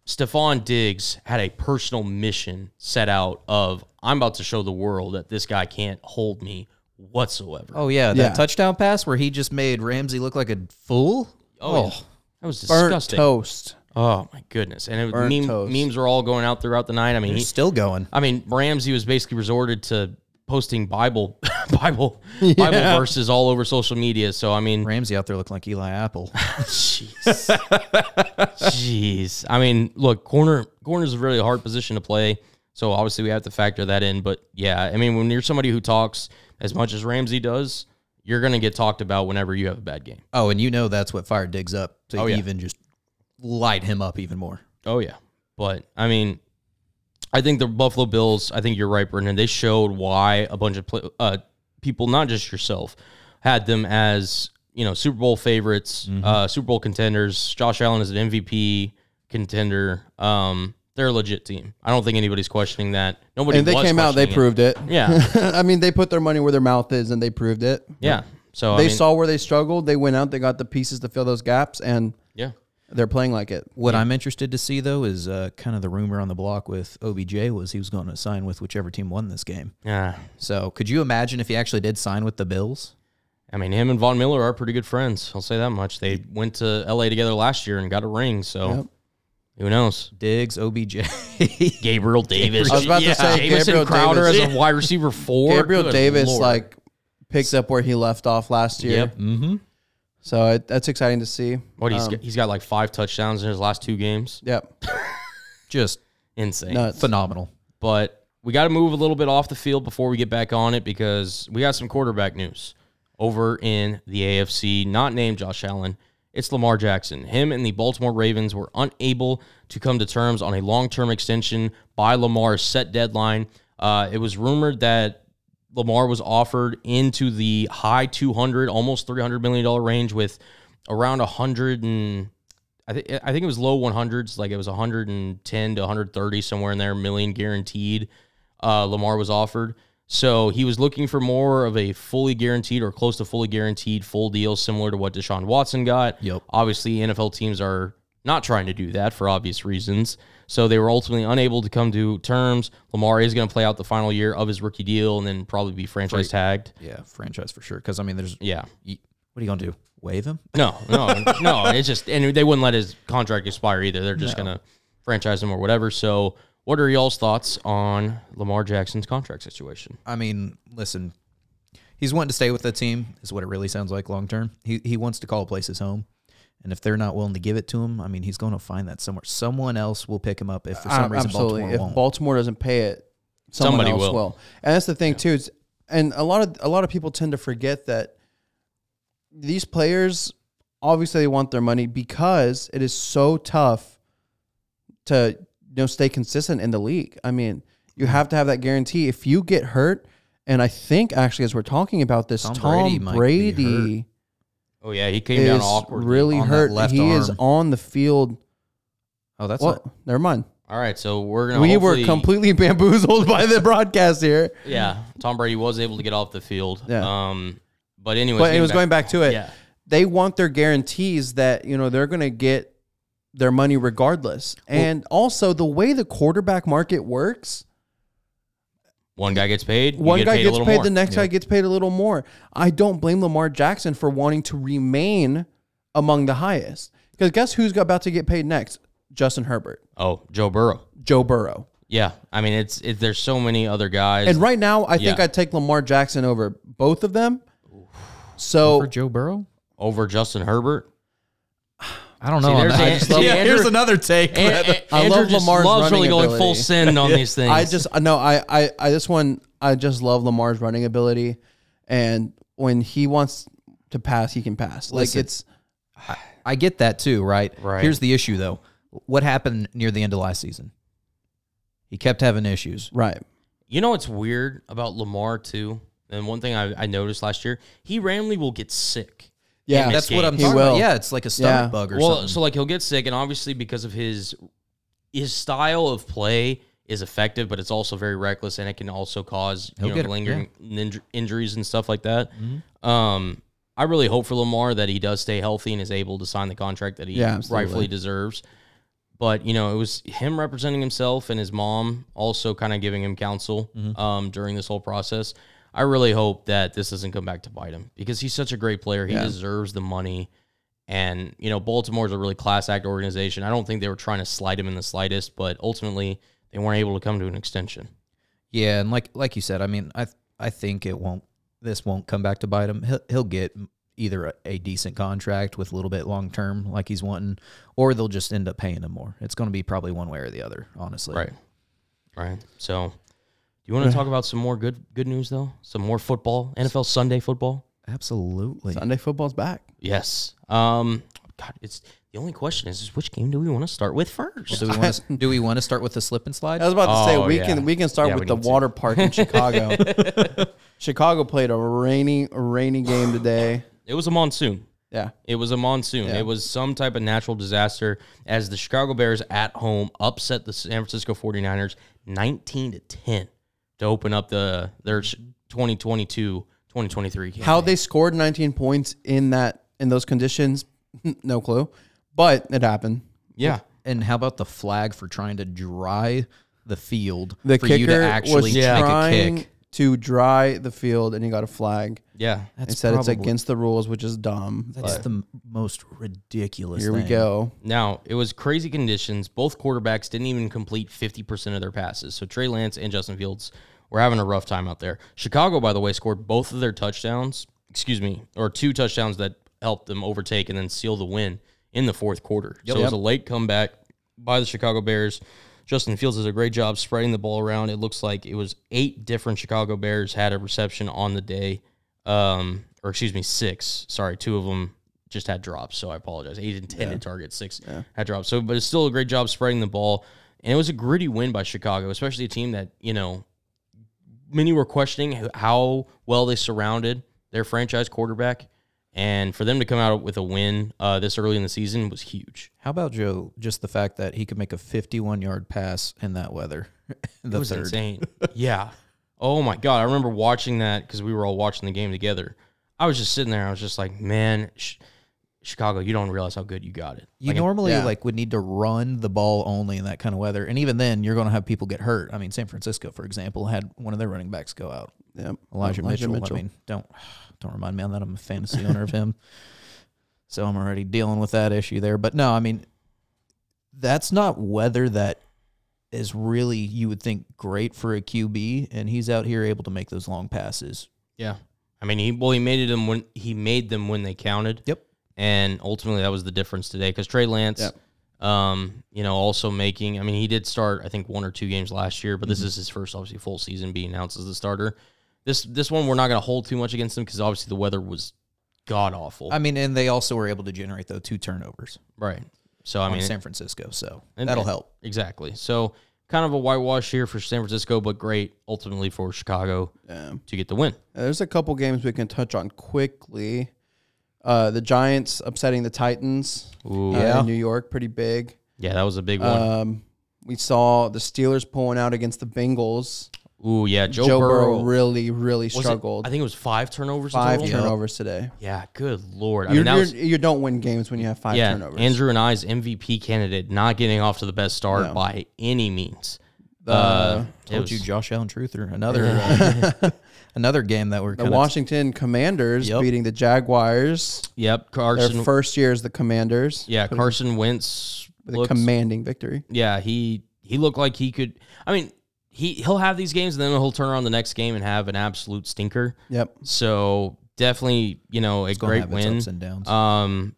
Stephon Diggs had a personal mission set out of I'm about to show the world that this guy can't hold me whatsoever.
oh yeah, that
Yeah.
touchdown pass where he just made Ramsey look like a fool.
Oh, yeah. that was
Burnt
disgusting.
toast.
Oh my goodness! And it,
Burnt
meme,
toast.
memes were all going out throughout the night. I mean,
he's
he,
still going.
I mean, Ramsey was basically resorted to posting Bible, Bible, Bible verses all over social media. So I mean,
Ramsey out there looking like Eli Apple.
Jeez. Jeez. I mean, look, corner corner's a really hard position to play. So obviously we have to factor that in. But yeah, I mean, when you're somebody who talks as much as Ramsey does, you're gonna get talked about whenever you have a bad game.
oh, and you know that's what fired Diggs up to
Oh, yeah.
even just light him up even more.
Oh yeah. But I mean, I think the Buffalo Bills. I think you're right, Brendan. They showed why a bunch of pla uh, people, not just yourself, had them as you know Super Bowl favorites,
Mm-hmm.
uh, Super Bowl contenders. Josh Allen is an MVP contender. Um, they're a legit team. I don't think anybody's questioning that. Nobody.
And they
was
came out, they
questioning it.
proved it.
Yeah,
I mean, they put their money where their mouth is and they proved it.
yeah. So
They
I mean,
saw where they struggled. They went out, they got the pieces to fill those gaps, and
yeah.
they're playing like it.
What I'm interested to see though is uh, kind of the rumor on the block with OBJ was he was going to sign with whichever team won this game.
Yeah,
So could you imagine if he actually did sign with the Bills?
I mean, him and Von Miller are pretty good friends. I'll say that much. They went to L.A. together last year and got a ring. So
Yep.
who knows?
Diggs, OBJ.
Gabriel Davis.
I was about to say
Jamison
Gabriel
Crowder
Davis.
as a wide receiver four.
Gabriel
Good
Davis
Lord.
like picked up where he left off last year.
Yep.
mm-hmm.
So it, that's exciting to see.
What he's
Um,
got, he's got like five touchdowns in his last two games.
Yep.
Just uh,
Insane.
Nuts.
phenomenal.
But we got to move a little bit off the field before we get back on it because we got some quarterback news over in the AFC. Not named Josh Allen. It's Lamar Jackson. Him and the Baltimore Ravens were unable to come to terms on a long-term extension by Lamar's set deadline. Uh, Uh, it was rumored that Lamar was offered into the high 200, almost 300 million dollar range with around 100 and I think I think it was low 100s, like it was 110 to 130 somewhere in there million guaranteed. Uh, Lamar was offered. So he was looking for more of a fully guaranteed or close to fully guaranteed full deal, similar to what Deshaun Watson got.
Yep.
Obviously, NFL teams are not trying to do that for obvious reasons. So they were ultimately unable to come to terms. Lamar is going to play out the final year of his rookie deal and then probably be franchise tagged.
Yeah, franchise for sure. Because I mean, there's
Yeah.
y- what are you gonna do? Waive him?
No, no, no. It's just, and they wouldn't let his contract expire either. They're just going to franchise him or whatever. So, what are y'all's thoughts on Lamar Jackson's contract situation?
I mean, listen, he's wanting to stay with the team is what it really sounds like long term. He he wants to call places home. And if they're not willing to give it to him, I mean, he's going to find that somewhere. Someone else will pick him up if for some reason
Uh, absolutely.
Baltimore
if
won't.
Baltimore doesn't pay it, someone
Somebody
else
will.
will. And that's the thing too. It's, and a lot of a lot of people tend to forget that these players obviously they want their money because it is so tough to you know stay consistent in the league. I mean, you
Mm-hmm.
have to have that guarantee. If you get hurt, and I think actually as we're talking about this,
Tom
Tom,
Brady
Brady,
might be hurt.
Oh, yeah. He came down
is
awkward.
really
on that
hurt.
left
he is
arm.
on the field.
oh, that's
Well,
not,
never mind.
All right. So, we're going to.
we were completely bamboozled by the broadcast here.
Yeah. Tom Brady was able to get off the field.
Yeah.
Um, but, anyways.
But it was going back to it.
Yeah.
They want their guarantees that, you know, they're going to get their money regardless. And also the way the quarterback market works,
One guy gets paid. you
one
get
guy
a
gets
little
paid,
more.
the next
Yeah.
guy gets paid a little more. I don't blame Lamar Jackson for wanting to remain among the highest. Because guess who's about to get paid next? Justin Herbert,
Oh, Joe Burrow.
Joe Burrow.
Yeah. I mean, it's it, there's so many other guys.
And right now, I think
Yeah.
I'd take Lamar Jackson over both of them. So
for Joe Burrow?
over Justin Herbert.
I don't know. on
there's
that.
the-
I just
see,
love-
Andrew-
here's another take.
And,
I
Andrew
love
just
Lamar's
loves really
running
going
ability.
full send on these things.
I just no, I I I this one I just love Lamar's running ability, and when he wants to pass, he can pass.
Listen.
like it's
I get that too, right?
Right.
Here's the issue though. What happened near the end of last season? He kept having issues.
right.
You know what's weird about Lamar too? And one thing I, I noticed last year, he randomly will get sick.
Yeah,
And
That's what I'm
He
talking about.
will.
Yeah, it's like a stomach
Yeah.
bug or
Well,
something.
so like he'll get sick, and obviously because of his his style of play is effective, but it's also very reckless, and it can also cause you
He'll
know
get it,
lingering ninj- injuries and stuff like that. Um, I really hope for Lamar that he does stay healthy and is able to sign the contract that he
Yeah, absolutely.
rightfully deserves. But you know, it was him representing himself and his mom also kind of giving him counsel
Mm-hmm.
um, during this whole process. I really hope that this doesn't come back to bite him because he's such a great player. He deserves the money. And, you know, Baltimore's a really class act organization. I don't think they were trying to slide him in the slightest, but ultimately they weren't able to come to an extension.
Yeah, and like like you said, I mean, I I think it won't. This won't come back to bite him. He'll, he'll get either a, a decent contract with a little bit long term, like he's wanting, or they'll just end up paying him more. It's going to be probably one way or the other, honestly.
Right. Right. So do you want to talk about some more good good news though? Some more football, NFL Sunday football?
Absolutely.
Sunday football's back.
Yes. Um God, it's the only question is, is which game do we want to start with first?
Do we want to do we want to start with the slip and slide?
I was about to
Oh,
say we
yeah.
can we can start
Yeah, we
with the
need to.
water park in Chicago. Chicago played a rainy rainy game today.
It was a monsoon.
Yeah,
It was a monsoon. It was some type of natural disaster as the Chicago Bears at home upset the San Francisco 49ers 19 to 10 to open up the their 2022-2023 game.
how they scored 19 points in that in those conditions, no clue, but it happened.
yeah.
and how about the flag for trying to dry the field
The
for
kicker
you to actually
was
make
trying
a kick?
to dry the field, and he got a flag.
Yeah.
That's
It said it's
probably-
against the rules, which is dumb.
That's
but
the m- most ridiculous.
here we
thing.
go.
Now, it was crazy conditions. Both quarterbacks didn't even complete 50% of their passes. So Trey Lance and Justin Fields were having a rough time out there. Chicago, by the way, scored both of their touchdowns, excuse me, or two touchdowns that helped them overtake and then seal the win in the fourth quarter. So it was a late comeback by the Chicago Bears. Justin Fields does a great job spreading the ball around. It looks like it was eight different Chicago Bears had a reception on the day, um, or excuse me, six. Sorry, two of them just had drops. So I apologize. Eight intended targets, six had drops. So, but it's still a great job spreading the ball, and it was a gritty win by Chicago, especially a team that you know many were questioning how well they surrounded their franchise quarterback, and for them to come out with a win uh, this early in the season was huge.
How about Joe? Just the fact that he could make a 51 yard pass in that weather.
It
the
was
third.
insane. yeah. Oh my god, I remember watching that because we were all watching the game together. I was just sitting there. I was just like, man, sh- Chicago, you don't realize how good you got it.
You normally
yeah.
like would need to run the ball only in that kind of weather, and even then, you're going to have people get hurt. I mean, San Francisco, for example, had one of their running backs go out.
Yep.
Elijah, Mitchell. I mean, don't don't remind me on that. I'm a fantasy owner of him, so I'm already dealing with that issue there. But no, I mean, that's not weather that is really you would think great for a QB, and he's out here able to make those long passes.
Yeah. I mean, he well, he made them when he made them when they counted.
Yep.
And ultimately, that was the difference today because Trey Lance, um, you know, also making. I mean, he did start I think one or two games last year, but
Mm-hmm.
this is his first obviously full season being announced as the starter. This this one we're not going to hold too much against him because obviously the weather was god awful.
I mean, and they also were able to generate though two turnovers
right. So I
on
mean,
San Francisco, so
And-
that'll
and-
help.
Exactly. So kind of a whitewash here for San Francisco, but great ultimately for Chicago
Yeah.
to get the win.
There's a couple games we can touch on quickly. Uh, the Giants upsetting the Titans
Ooh. Yeah.
uh,
Yeah.
in New York, pretty big.
that was a big one.
Um, we saw the Steelers pulling out against the Bengals.
Ooh, yeah. Joe,
Joe, Burrow,
Burrow,
really, really
was it-
struggled.
I think it was five turnovers. in
five
total?
turnovers today.
Yeah. Good lord. I mean,
You're,
that
you're,
was
you don't win games when you have five
yeah.
turnovers.
Andrew and I's MVP candidate not getting off to the best start
No.
by any means. Uh, it
Told
was-
you Josh Allen Truther another uh, another game that we're
the
kind of
Washington Commanders
Yep.
beating the Jaguars.
Yep.
Their
Carson.
first year as the Commanders.
yeah. Carson Wentz.
With a
looks-
commanding victory.
yeah, he he looked like he could. I mean, he he'll have these games and then he'll turn around the next game and have an absolute stinker.
Yep.
So definitely, you know, a
gonna
great
have its
win.
ups and downs.
Um,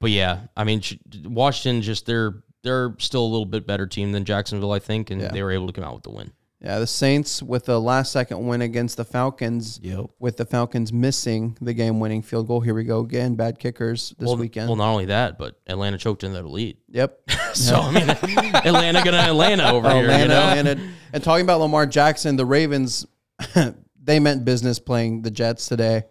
but yeah, I mean, Ch- Washington just they're they're still a little bit better team than Jacksonville, I think, and
Yeah.
they were able to come out with the win.
Yeah, the Saints with the last second win against the Falcons.
Yep.
With the Falcons missing the game winning field goal. Here we go again. Bad kickers this
well,
weekend.
Well, not only that, but Atlanta choked in their lead.
yep.
So I mean, Atlanta gonna Atlanta over here.
Atlanta,
you know?
Atlanta. And talking about Lamar Jackson, the Ravens, they meant business playing the Jets today.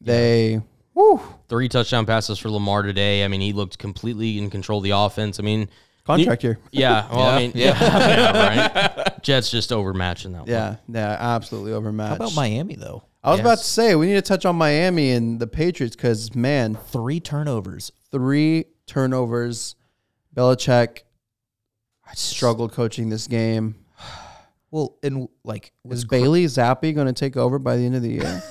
They, whew,
Three touchdown passes for Lamar today. I mean, he looked completely in control of the offense. I mean,
contract year.
Yeah. Well, I
Yeah.
mean, yeah. yeah, right. Jets just overmatching that one.
Yeah, yeah, absolutely overmatched.
How about Miami though?
I was about
Yes.
to say we need to touch on Miami and the Patriots because man,
Three turnovers.
three turnovers. Belichick struggled coaching this game.
Well, and like
Is
was
Bailey Zappi going to take over by the end of the year?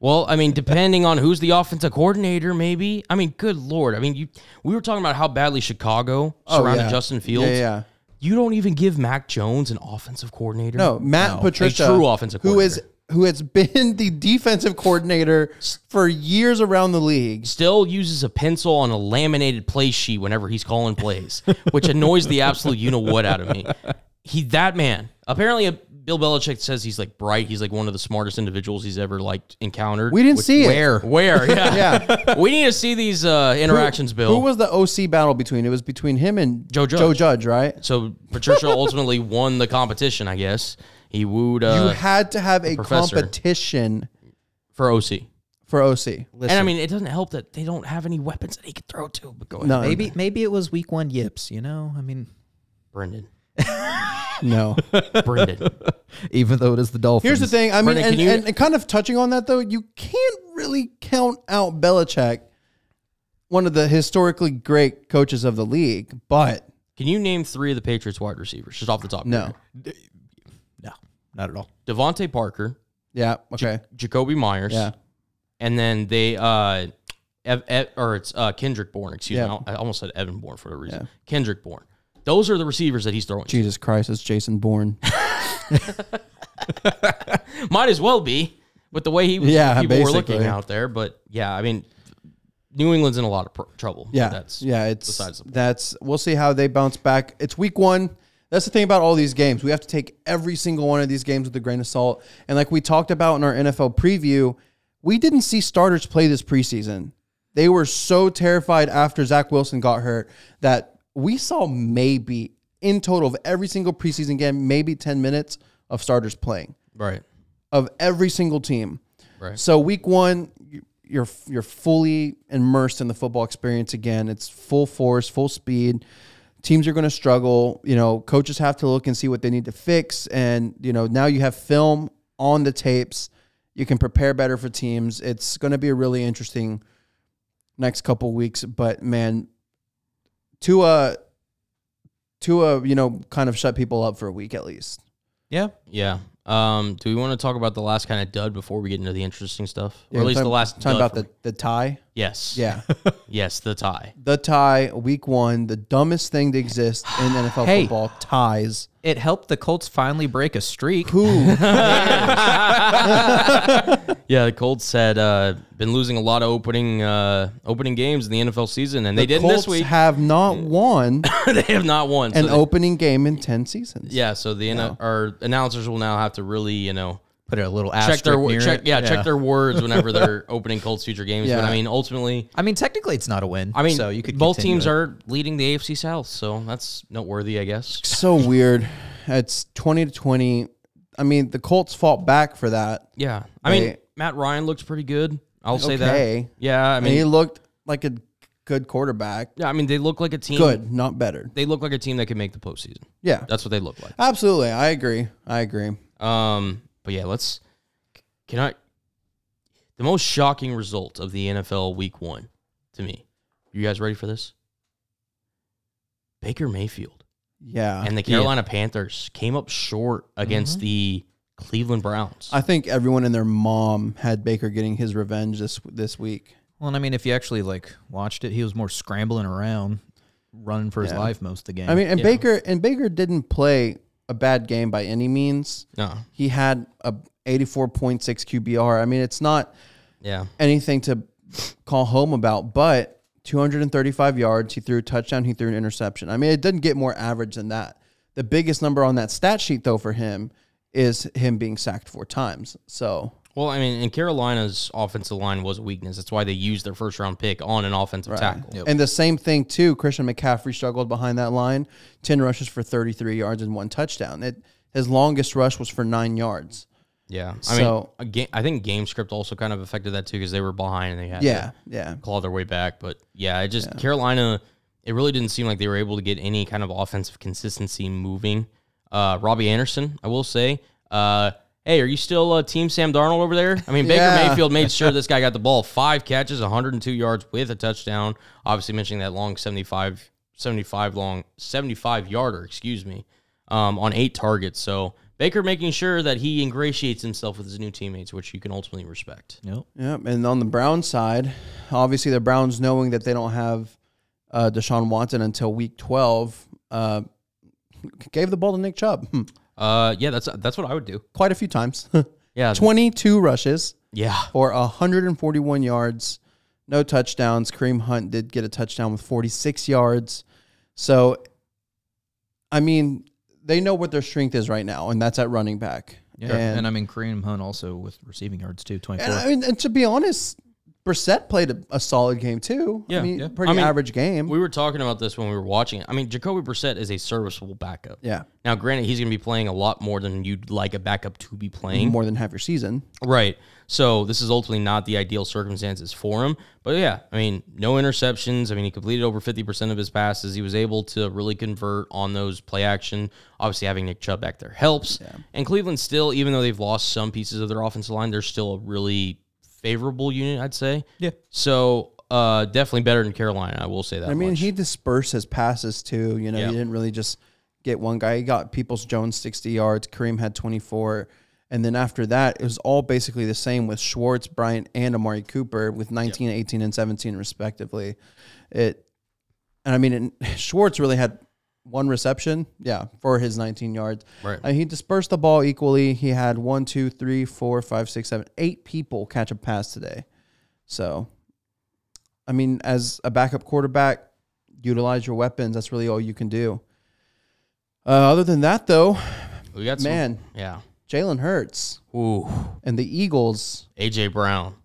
Well, I mean, depending on who's the offensive coordinator, maybe. I mean, good lord. I mean, you. We were talking about how badly Chicago surrounded
Oh, yeah.
Justin
yeah,
Fields.
yeah.
You don't even give Mac Jones an offensive coordinator.
No, Matt Patricia,
A true offensive
who is
coordinator.
who has been the defensive coordinator for years around the league.
Still uses a pencil on a laminated play sheet whenever he's calling plays, which annoys the absolute you know what out of me. He that man. Apparently, uh, Bill Belichick says he's like bright. He's like one of the smartest individuals he's ever like encountered.
We didn't see it.
Where? Yeah.
Yeah.
We need to see these uh, interactions, Bill.
Who was the OC battle between? It was between him and
Joe Judge.
Joe Judge, right?
so Patricia ultimately won the competition, I guess. He wooed
You
uh,
had to have a
professor.
competition
for OC.
for OC.
and I mean, it doesn't help that they don't have any weapons that he could throw to. But go ahead,
No,
maybe maybe it was week one yips. You know, I mean,
Brendan.
no.
Brendan.
even though it is the Dolphins.
Here's the thing. I mean,
Brendan,
and,
can you-
and, and kind of touching on that though, you can't really count out Belichick, one of the historically great coaches of the league. But
Can you name three of the Patriots wide receivers just off the top?
no,
no, not at all.
Devontae Parker,
yeah, okay,
Jacoby Myers,
yeah,
and then they uh, Ev, Ev- or it's uh, Kendrick Bourne. Excuse
Yeah.
me, I I almost said Evan Bourne for a reason. Kendrick Bourne. Those are the receivers that he's throwing. to.
Jesus Christ, it's Jason Bourne.
Might as well be with the way he was,
Yeah,
people were looking
basically.
out there. But yeah, I mean, New England's in a lot of pr- trouble.
Yeah,
that's
yeah. It's
besides the point.
that's we'll see how they bounce back. It's week one. That's the thing about all these games. We have to take every single one of these games with a grain of salt. And like we talked about in our NFL preview, we didn't see starters play this preseason. They were so terrified after Zach Wilson got hurt that we saw maybe in total of every single preseason game, maybe 10 minutes of starters playing.
right.
of every single team.
Right.
So week one, you- you're you're fully immersed in the football experience again. It's full force, full speed. Teams are going to struggle. You know, coaches have to look and see what they need to fix. And you know, now you have film on the tapes. You can prepare better for teams. It's going to be a really interesting next couple weeks. But man, Tua, Tua, you know, kind of shut people up for a week at least.
Yeah.
Yeah. Um, do we want to talk about the last kind of dud before we get into the interesting stuff,
Yeah,
or at least
time-
the last
time
dud
about
for
the,
me?
the tie.
yes,
Yeah.
yes, the tie.
the tie week one, the dumbest thing to exist in NFL
Hey.
football ties.
It helped the Colts finally break a streak.
Who?
Yeah, the Colts had uh, been losing a lot of opening uh, opening games in the NFL season, and they didn't
Colts
this week.
have not won
they have not won. So
an
they-
opening game in ten seasons.
yeah, so the N- our announcers will now have to really, you know,
Put a little
check
asterisk
their
near
wo- check
it.
yeah, check their words whenever they're opening Colts future games. But
Yeah.
I mean, ultimately,
I mean, technically, it's not a win.
I mean,
so you could
both
continue
teams
it.
are leading the AFC South, so that's noteworthy, I guess.
So weird. It's twenty to twenty. I mean, the Colts fought back for that.
Yeah, I mean,
They-
Matt Ryan looks pretty good. I'll say
Okay.
that. Yeah, I
I mean, he
mean,
looked like a good quarterback.
yeah, I mean, they look like a team.
Good, not better.
They look like a team that can make the postseason.
Yeah,
That's what they look like.
absolutely. I agree. I agree.
Um, but yeah, let's. Can I? The most shocking result of the NFL Week One to me. You guys ready for this? Baker Mayfield
Uh, Yeah,
and the Carolina Panthers came up short against the Cleveland Browns.
I think everyone and their mom had Baker getting his revenge this this week.
Well, and I mean, if you actually like watched it, he was more scrambling around, running for his life most of the game.
I mean, and Baker and Baker didn't play a bad game by any means.
no,
He had a 84.6 QBR. I mean, it's not
yeah,
anything to call home about, but 235 yards, he threw a touchdown, he threw an interception. I mean, it doesn't get more average than that. The biggest number on that stat sheet though for him is him being sacked four times. So,
Well, I mean, and Carolina's offensive line was a weakness. That's why they used their first round pick on an offensive tackle.
and the same thing too, Christian McCaffrey struggled behind that line, 10 rushes for 33 yards and one touchdown. It, his longest rush was for 9 yards.
Yeah, I mean,
So-
a ga- I think game script also kind of affected that too because they were behind and they had
Yeah,
to
yeah.
claw their way back. But yeah, it just Carolina, it really didn't seem like they were able to get any kind of offensive consistency moving. Uh, Robbie Anderson, I will say, uh, hey, are you still uh, Team Sam Darnold over there? I mean, Baker
Yeah.
Mayfield made sure this guy got the ball. Five catches, 102 yards with a touchdown. Obviously, mentioning that long 75, 75 long, 75 yarder, excuse me, um, on eight targets. So Baker making sure that he ingratiates himself with his new teammates, which you can ultimately respect.
Yep.
Yep. And on the Browns side, obviously the Browns knowing that they don't have uh, Deshaun Watson until week 12, uh, gave the ball to Nick Chubb hmm,
Uh, yeah, that's that's what I would do.
quite a few times.
Yeah,
22 rushes
yeah.
for 141 yards, no touchdowns. Kareem Hunt did get a touchdown with 46 yards. So, I mean, they know what their strength is right now, and that's at running back.
Yeah. And, I mean, Kareem Hunt also with receiving yards too, twenty
And I
four.
mean, and to be honest, Brissett played a, a solid game too.
Yeah,
I mean,
yeah.
pretty
I mean,
average game.
We were talking about this when we were watching it. I mean, Jacoby Brissett is a serviceable backup.
yeah,
Now, granted, he's going to be playing a lot more than you'd like a backup to be playing.
more than half your season.
Right. So this is ultimately not the ideal circumstances for him. But yeah, I mean, no interceptions. I mean, he completed over 50% of his passes. He was able to really convert on those play action. Obviously, having Nick Chubb back there helps. And Cleveland still, even though they've lost some pieces of their offensive line, they're still a really favorable unit, I'd say.
Yeah.
So uh, definitely better than Carolina. I will say that.
I mean,
much.
he dispersed his passes too. You know,
Yeah.
he didn't really just get one guy. He got Peoples Jones sixty yards. Kareem had twenty four, and then after that, it was all basically the same with Schwartz, Bryant, and Amari Cooper with 19, 18, and seventeen respectively. It, and I mean, it, Schwartz really had one reception, yeah, for his nineteen yards.
Right.
And he dispersed the ball equally. He had one, two, three, four, five, six, seven, eight people catch a pass today. So, I mean, as a backup quarterback, utilize your weapons. That's really all you can do. Uh, other than that, though,
we got some,
man,
Yeah.
Jalen Hurts
Ooh.
and the Eagles.
AJ Brown.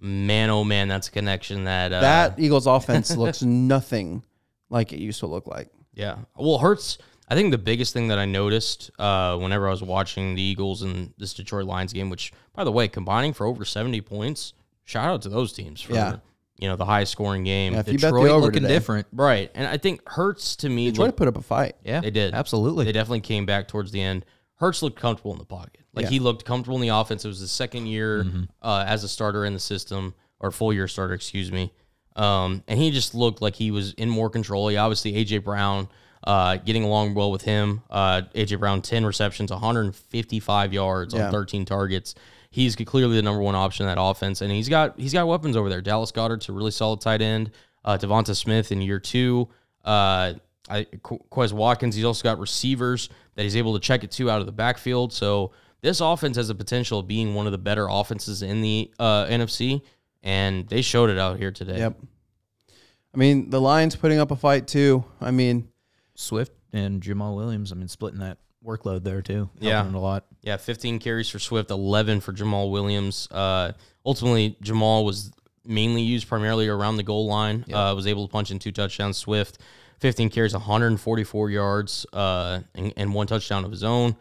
Man, oh man, that's a connection that uh,
That Eagles offense looks nothing like it used to look like.
Yeah. Well, Hurts. I I think the biggest thing that I noticed uh, whenever I was watching the Eagles and this Detroit Lions game, which by the way, combining for over seventy points, shout out to those teams for
Yeah.
you know the highest scoring game.
Yeah, if you bet the
Detroit
over
looking
today.
different.
right, and I think Hurts to me
Try to
looked-
put up a fight.
Yeah,
They did.
absolutely.
they definitely came back towards the end. Hurts looked comfortable in the pocket. Like he looked comfortable in the offense. It was his second year
Mm-hmm.
uh, as a starter in the system or full year starter, excuse me. Um, and he just looked like he was in more control. He obviously AJ Brown uh, getting along well with him. Uh, AJ Brown ten receptions, 155 yards
Yeah.
on 13 targets. He's clearly the number one option in that offense, and he's got he's got weapons over there. Dallas Goddard's a really solid tight end. Uh, Devonta Smith in year two. Uh, I, Qu- Quez Watkins. He's also got receivers that he's able to check it to out of the backfield. So this offense has the potential of being one of the better offenses in the uh, NFC, and they showed it out here today.
Yep. I mean, the Lions putting up a fight too. I mean,
Swift and Jamal Williams. I mean, splitting that workload there too.
Yeah.
Helping it a lot.
Yeah, 15 carries for Swift, 11 for Jamal Williams. Uh, ultimately, Jamal was mainly used primarily around the goal line. Uh, was able to punch in two touchdowns. Swift, 15 carries, 144 yards, uh, and, and one touchdown of his own.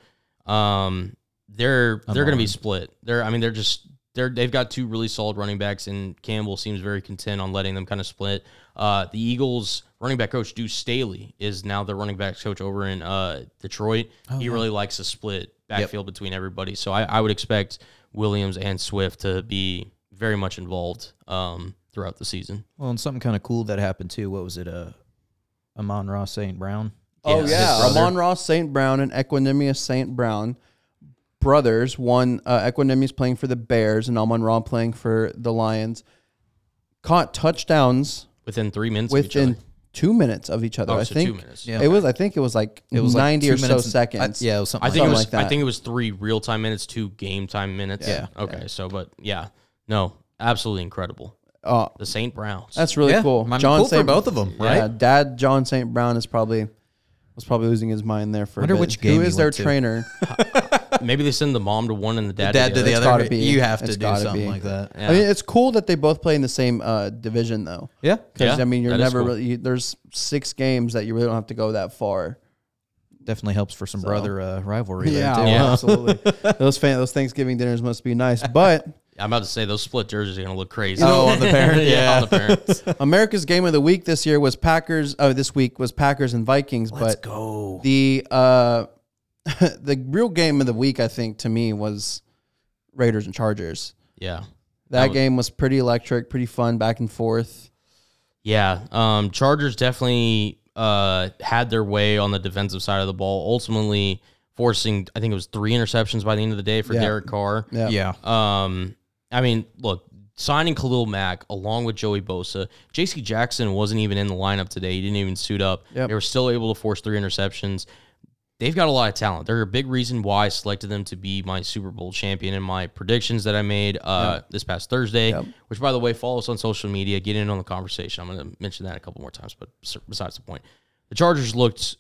Um, they're they're going to be split. They're I mean they're just they're they've got two really solid running backs, and Campbell seems very content on letting them kind of split. Uh, the Eagles running back coach Deuce Staley is now the running backs coach over in uh, Detroit.
Oh,
he really likes a split backfield between everybody, so I, I would expect Williams and Swift to be very much involved um, throughout the season.
Well, and something kind of cool that happened too. What was it? Uh, Amon Ross St. Brown.
Oh
his
yeah,
brother.
Amon Ross St. Brown and Equanimous St. Brown brothers. One uh, Equanimous playing for the Bears and Amon Ra playing for the Lions. Caught touchdowns
within three minutes of each
within
other.
two minutes of each other.
Oh,
I
so
think
two minutes.
Yeah.
it was. I think it was like it was
like
ninety
two
or so
minutes and-
seconds.
I, yeah, it was something.
I think it
like
was.
Something like
I
that.
think it was three real time minutes, two game time minutes.
Yeah.
Okay. So, but yeah, no, absolutely incredible.
Oh,
The Saint Browns.
that's really
that. Yeah.
cool.
I mean,
John
cool for
St.
both of them, right?
Yeah, Dad John St. Brown is probably was probably losing his mind there for.
Wonder
a bit.
which game
Who
he
is their
went to.
trainer?
Maybe they send the mom to one and the dad,
Dad
to
to
the
the
other.
other.
gotta be.
You have to
It's
do
gotta
something
be.
like that.
Yeah.
I mean, it's cool that they both play in the same uh, division though.
Yeah.
Because
Yeah,
I mean, you're
that is
never
cool.
really. You, there's six games that you really don't have to go that far.
Definitely helps for some brother uh, rivalry.
Yeah,
There too.
Yeah.
absolutely. those fan, those Thanksgiving dinners must be nice. But
I'm about to say those split jerseys are gonna look crazy.
Oh, on the parent.
yeah, on the parents.
America's game of the week this year was Packers. Oh, this week was Packers and Vikings.
Let's
but
go.
the uh, the real game of the week, I think, to me was Raiders and Chargers.
yeah,
That,
That was-
game was pretty electric, pretty fun, back and forth.
yeah. Um, Chargers definitely uh had their way on the defensive side of the ball, ultimately forcing I think it was three interceptions by the end of the day for
Yeah.
Derek Carr.
Yeah.
Yeah.
Um, I mean, look, signing Khalil Mack along with Joey Bosa, J.C. Jackson wasn't even in the lineup today. He didn't even suit up.
Yep.
They were still able to force three interceptions. They've got a lot of talent. They're a big reason why I selected them to be my Super Bowl champion in my predictions that I made uh, this past Thursday. Which, by the way, follow us on social media. Get in on the conversation. I'm going to mention that a couple more times, but s- besides the point, the Chargers looked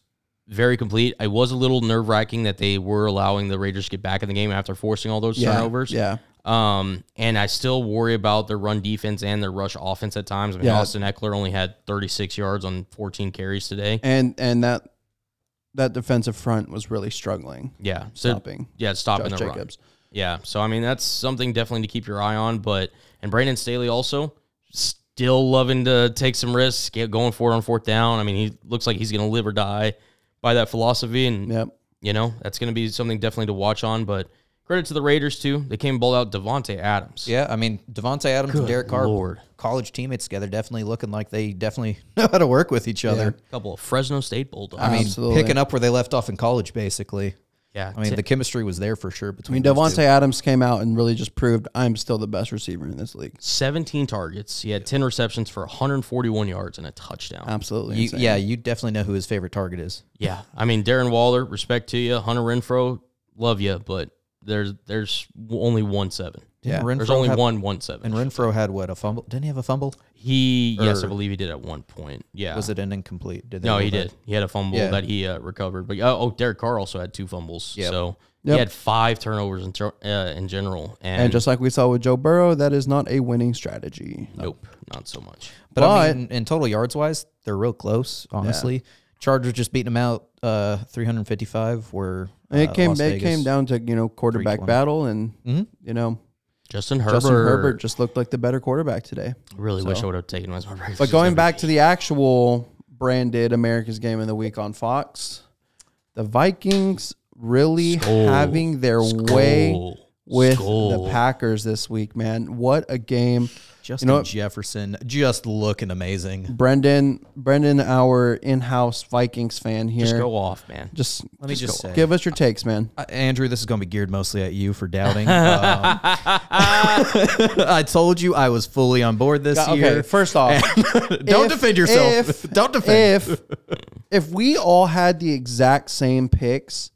very complete. I was a little nerve wracking that they were allowing the Raiders to get back in the game after forcing all those
Yeah,
turnovers.
Yeah.
Um, and I still worry about their run defense and their rush offense at times. I mean,
Yeah.
Austin Eckler only had 36 yards on 14 carries today.
And and that that defensive front was really struggling.
Yeah. So,
Stopping
yeah, stopping
Josh
the run.
Jacobs.
Yeah. So, I mean, that's something definitely to keep your eye on. But, and Brandon Staley also still loving to take some risks, get going for it on fourth down. I mean, he looks like he's going to live or die by that philosophy. And,
Yep.
you know, that's going to be something definitely to watch on. But credit to the Raiders, too. They came and bowled out Devontae Adams.
Yeah, I mean Devonte Adams and Derek Carr,
Lord.
college teammates together, definitely looking like they definitely know how to work with each other.
A couple of Fresno State Bulldogs.
I mean,
Absolutely.
picking up where they left off in college, basically.
yeah.
I mean,
Ti-
the chemistry was there for sure
I mean,
between those
Devontae
two.
Adams came out and really just proved I'm still the best receiver in this league.
17 targets. He had 10 receptions for 141 yards and a touchdown.
Absolutely.
You,
insane.
yeah, you definitely know who his favorite target is.
yeah. I mean, Darren Waller, respect to you. Hunter Renfro, love you, but there's there's only one seven.
Yeah, Renfro
There's only
had,
one one seven.
And Renfro had what a fumble? Didn't he have a fumble?
he, yes, I
Er,
or-
believe he did at one point. Yeah.
Was it an incomplete? Did they
no,
rule
he
that?
did. He had a fumble
Yeah.
that he uh, recovered. But oh, oh, Derek Carr also had two fumbles. So he
Yep.
had five turnovers in, tur- uh, in general. And,
And just like we saw with Joe Burrow, that is not a winning strategy.
nope, not so much.
But, I
But-
mean, in total yards wise, they're real close. Honestly, Chargers just beating them out, uh, 355. Were uh,
It came.
Las
it
Vegas.
came down to you know quarterback
320.
battle, and
Mhm.
you know
Justin Herbert.
Justin Herbert just looked like the better quarterback today.
Really wish I
So.
would have taken him as my breakfast.
But going back to the actual branded America's Game of the Week on Fox, the Vikings really
Skull.
having their way with
Skull.
the Packers this week, man. What a game.
Justin
know what?
Jefferson just looking amazing.
Brendan, Brendan, our in-house Vikings fan here.
just go off, man.
Just,
Let me just
go-
say-
give us your takes, man.
Uh, Andrew, this is going to be geared mostly at you for doubting. Um, I told you I was fully on board this
Okay,
year.
first off,
Don't
if-
defend yourself.
if-
Don't defend.
If if we all had the exact same picks,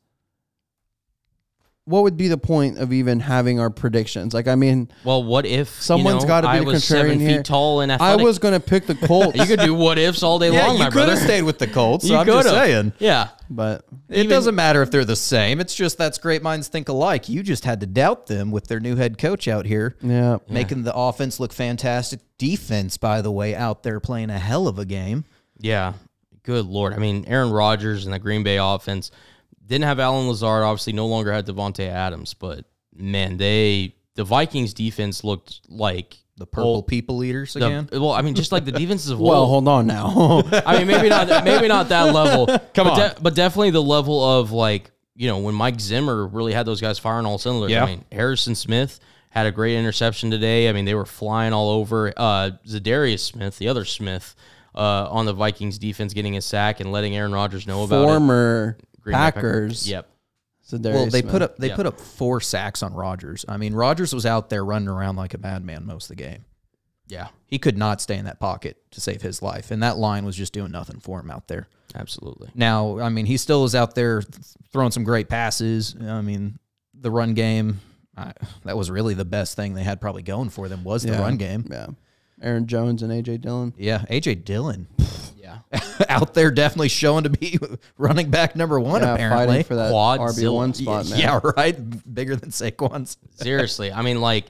what would be the point of even having our predictions? Like, I mean,
Well, what if someone's
someone's got to be
I
the contrarian
was seven
here.
feet tall and
I
athletic?
was going to pick the Colts,
You could do what ifs all day long, my
you could
brother.
have stayed with the Colts. So
You
I'm just
coulda.
saying.
Yeah,
but
It doesn't matter if they're the same. It's just that's great minds think alike. You just had to doubt them with their new head coach out here,
yeah,
making the offense look fantastic. Defense, by the way, out there playing a hell of a game.
yeah. Good lord. I mean, Aaron Rodgers and the Green Bay offense didn't have Alan Lazard. Obviously, no longer had Devonte Adams, but man, they the Vikings defense looked like
The purple
old-
people eaters
the-
again.
well, I mean, just like the defenses of
Well,
old.
hold on now.
I mean, maybe not, maybe not that level. Come but on, but definitely the level of like you know when Mike Zimmer really had those guys firing all cylinders.
Yeah.
I mean, Harrison Smith had a great interception today. I mean, they were flying all over. Uh, Zadarius Smith, the other Smith, uh, on the Vikings defense, getting a sack and letting Aaron Rodgers know about it.
Former
Green Bay
Packers.
Yep.
So there
Well,
is
they
Smith.
put up they
Yeah.
put up four sacks on Rodgers. I mean, Rodgers was out there running around like a madman most of the game.
Yeah.
He could not stay in that pocket to save his life, and that line was just doing nothing for him out there.
Absolutely.
Now, I mean, he still is out there th- throwing some great passes. I mean, the run game, I, that was really the best thing they had probably going for them was the
Yeah.
run game.
Yeah, Aaron Jones and AJ Dillon.
Yeah, AJ Dillon
Yeah.
out there definitely showing to be running back number one
Yeah,
apparently.
fighting for that
Quadzilla.
RB one spot, man.
yeah, right. Bigger than Saquon's.
Seriously, I mean, like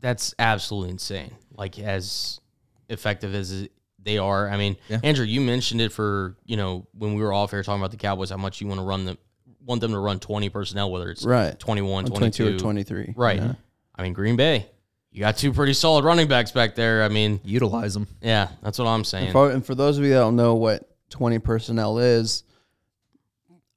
that's absolutely insane. Like as effective as it- they are, I mean,
Yeah.
Andrew, you mentioned it for you know when we were off here talking about the Cowboys, how much you want to run them, want them to run twenty personnel, whether it's
Right.
21,
On
22,
22 or 23.
right? I mean, Green Bay, you got two pretty solid running backs back there. I mean,
Utilize him.
yeah, that's what I'm saying.
For, and for those of you that don't know what 20 personnel is,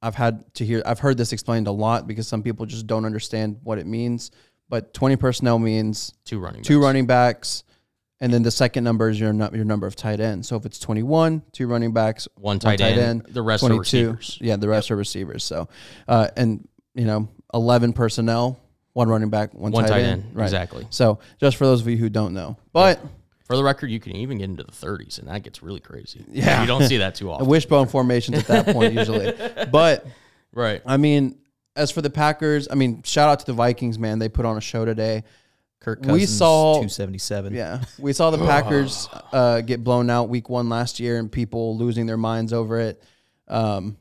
I've had to hear I've heard this explained a lot because some people just don't understand what it means. But 20 personnel means
Two running,
two
backs.
running backs, and then the second number is your nu- your number of tight ends. So if it's 21, two running backs,
one tight, end, the rest are
22,
receivers.
Yeah, the rest are receivers. So, uh, and you know, 11 personnel, one running back, one,
One
tight,
tight
end.
end, exactly.
So just for those of you who don't know, but.
For the record, you can even get into the 30s, and that gets really crazy.
Yeah.
you don't see that too
a
often,
wishbone formations at that point usually. But
right?
I mean, as for the Packers, I mean, shout out to the Vikings, man. They put on a show today.
Kirk
We
Cousins,
saw-
277.
Yeah, we saw the Packers uh, get blown out week one last year, and people losing their minds over it. Um,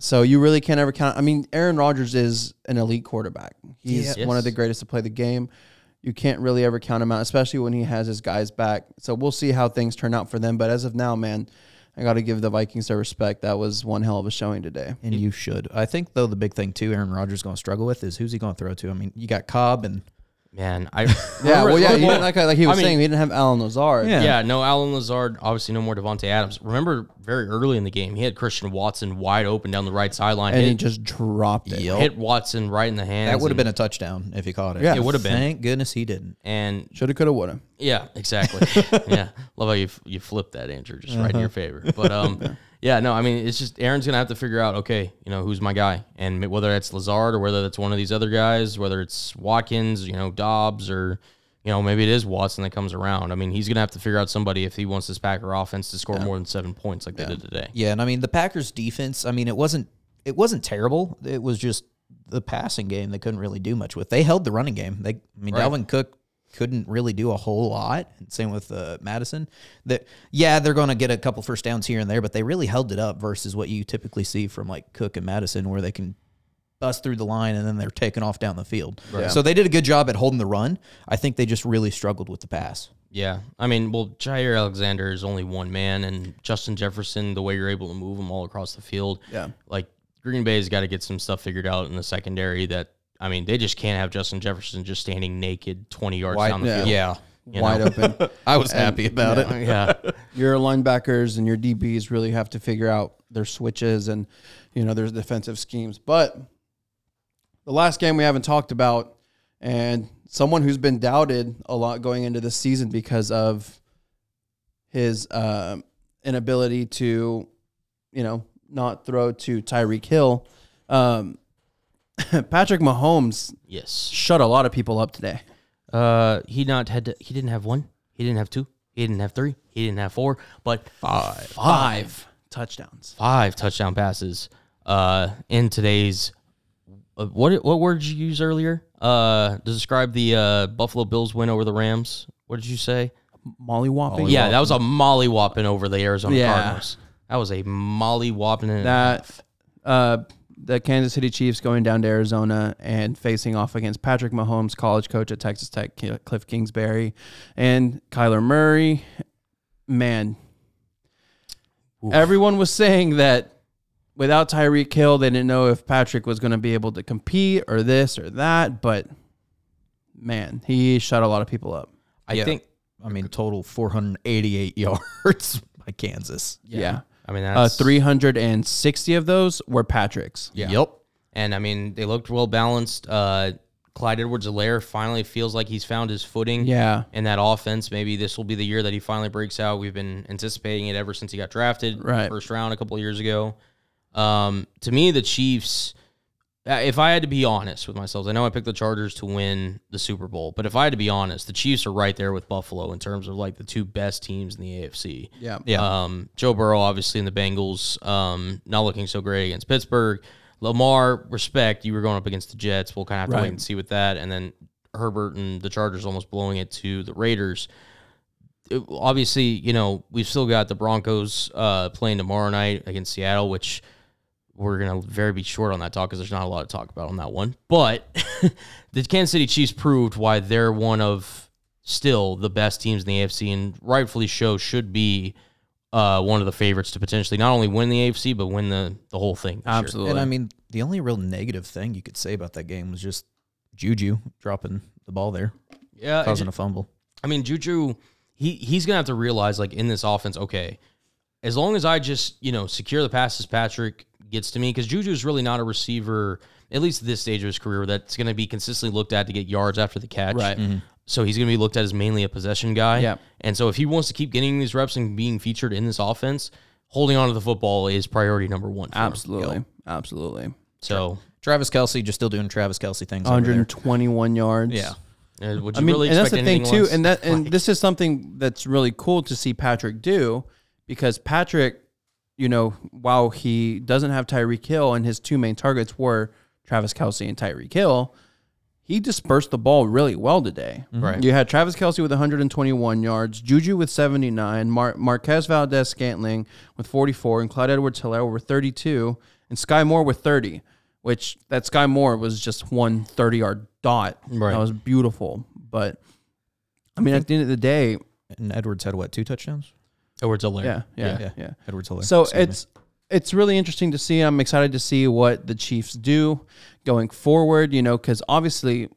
so you really can't ever count. I mean, Aaron Rodgers is an elite quarterback. He's
Yeah.
one of
Yes.
the greatest to play the game. You can't really ever count him out, especially when he has his guys back. So we'll see how things turn out for them. But as of now, man, I got to give the Vikings their respect. That was one hell of a showing today.
And you should. I think though the big thing too, Aaron Rodgers is going to struggle with is who's he going to throw to. I mean, you got Cobb and
Man, I
Yeah, well, yeah, he
Well,
didn't, like, like he
I
was
mean-
saying, he didn't have Alan Lazard.
Yeah.
Yeah, no Alan Lazard, obviously no more Devonte Adams. Remember very early in the game, he had Christian Watson wide open down the right sideline.
and he
Hit,
just dropped it.
hit Watson right in the hands.
that would have
and-
been a touchdown if he caught it.
Yeah.
It would've been.
Thank goodness he didn't.
and
Shoulda, coulda, woulda.
yeah, exactly. yeah. Love how you f- you flipped that Andrew just right in your favor. But um yeah, no, I mean it's just Aaron's going to have to figure out okay, you know, who's my guy and m- whether that's Lazard or whether that's one of these other guys, whether it's Watkins, you know, Dobbs or you know, maybe it is Watson that comes around. I mean, he's going to have to figure out somebody if he wants this Packer offense to score more than 7 points like they did today.
Yeah, and I mean the Packers defense, I mean it wasn't it wasn't terrible. It was just the passing game they couldn't really do much with. They held the running game. They I mean Dalvin Cook couldn't really do a whole lot. And Same with uh, Madison. That yeah, they're going to get a couple first downs here and there, but they really held it up versus what you typically see from like Cook and Madison where they can bust through the line and then they're taken off down the field. So they did a good job at holding the run. I think they just really struggled with the pass.
Yeah, I mean, well, Jair Alexander is only one man, and Justin Jefferson. The way you're able to move them all across the field,
Yeah.
like Green Bay's got to get some stuff figured out in the secondary. That I mean, they just can't have Justin Jefferson just standing naked twenty yards
Wide-
down the
yeah.
field. Yeah, you
wide
know?
open.
I was happy about it.
yeah,
Your linebackers and your DBs really have to figure out their switches and you know their defensive schemes. But the last game we haven't talked about, and someone who's been doubted a lot going into this season because of his um inability to, you know, not throw to Tyreek Hill. Um, Patrick Mahomes
yes.
shut a lot of people up today.
Uh, he not had to, he didn't have one. He didn't have two. He didn't have three. He didn't have four. But five,
Five touchdowns.
five touchdown passes. Uh, in today's uh, what what word did you use earlier? Uh, to describe the uh Buffalo Bills win over the Rams. What did you say?
Molly whopping.
Oh, yeah, that was a molly whopping over the Arizona
Yeah.
Cardinals. That was a molly whopping.
That
uh, the Kansas City Chiefs going down to Arizona and facing off against Patrick Mahomes, college coach at Texas Tech, Ki- Cliff Kingsbury, and Kyler Murray. Man,
Oof.
everyone was saying that without Tyreek Hill, they didn't know if Patrick was going to be able to compete or this or that. But man, he shut a lot of people up.
I
Yeah.
think.
I mean, total 488 yards by Kansas.
Yeah.
I mean,
Uh,
that's
360 of those were Patrick's.
Yeah.
Yep. And I mean, they looked well balanced. Uh, Clyde Edwards Alaire finally feels like he's found his footing
Yeah.
in that offense. Maybe this will be the year that he finally breaks out. We've been anticipating it ever since he got drafted,
Right.
First round a couple years ago. Um, to me, the Chiefs. uh, If I had to be honest with myself, I know I picked the Chargers to win the Super Bowl, but if I had to be honest, the Chiefs are right there with Buffalo in terms of like the two best teams in the AFC.
Yeah.
Um, Joe Burrow, obviously, in the Bengals, um, not looking so great against Pittsburgh. Lamar, respect. You were going up against the Jets. We'll kind of have to wait
Right.
and see with that. And then Herbert and the Chargers almost blowing it to the Raiders. It- obviously, you know, we've still got the Broncos uh, playing tomorrow night against Seattle, which we're going to very be short on that talk because there's not a lot to talk about on that one. But the Kansas City Chiefs proved why they're one of still the best teams in the AFC and rightfully so should be uh, one of the favorites to potentially not only win the AFC but win the, the whole thing. this year.
absolutely.
And I mean, the only real negative thing you could say about that game was just Juju dropping the ball there,
Yeah,
causing a fumble.
I mean, Juju, he he's gonna have to realize like in this offense, okay, as long as I just you know secure the passes Patrick gets to me, because Juju is really not a receiver, at least at this stage of his career, that's gonna be consistently looked at to get yards after the catch.
Right.
So he's gonna be looked at as mainly a possession guy.
Yep.
And so if he wants to keep getting these reps and being featured in this offense, holding on to the football is priority number one. For him.
Absolutely. Absolutely.
So
Travis Kelsey just still doing Travis Kelsey things. Over there.
121 yards.
Yeah.
uh, would you
I mean,
really
and that's
expect
the thing
anything
too,
less?
and that and this is something that's really cool to see Patrick do because Patrick, you know, while he doesn't have Tyreek Hill and his two main targets were Travis Kelsey and Tyreek Hill, he dispersed the ball really well today.
Mm-hmm. Right.
You had Travis Kelsey with 121 yards, Juju with 79, Mar- Marquez Valdez Scantling with 44, and Clyde Edwards Hilaire with 32, and Sky Moore with 30, which that Sky Moore was just one 30 yard dot.
Right.
That was beautiful. But I mean, at the end of the day,
And Edwards had what, two touchdowns?
Edwards Alaire.
yeah, yeah, yeah.
Edwards Hilaire.
So
Excuse me.
it's it's really interesting to see. I'm excited to see what the Chiefs do going forward. You know, because obviously,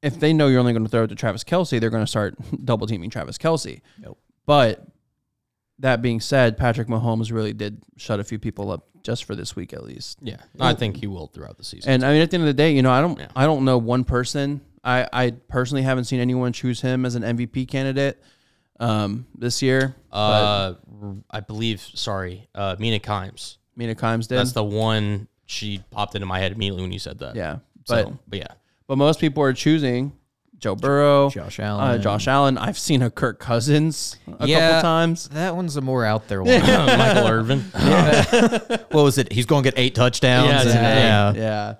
if they know you're only going to throw it to Travis Kelsey, they're going to start double teaming Travis Kelsey.
Yep.
But that being said, Patrick Mahomes really did shut a few people up just for this week at least.
Yeah. I think he will throughout the season.
And I mean, at the end of the day, you know, I don't,
Yeah.
I don't know one person. I, I personally haven't seen anyone choose him as an MVP candidate um, this year.
Uh, r- I believe. Sorry, uh, Mina Kimes.
Mina Kimes did.
That's the one she popped into my head immediately when you said that.
yeah,
So,
but
but, yeah,
but most people are choosing Joe Burrow,
Josh
uh,
Allen.
Josh Allen. I've seen a Kirk Cousins a
Yeah.
couple times.
That one's a more out there one.
Michael Irvin.
what was it? He's going to get eight touchdowns.
Yeah,
and-
today.
yeah.
Yeah,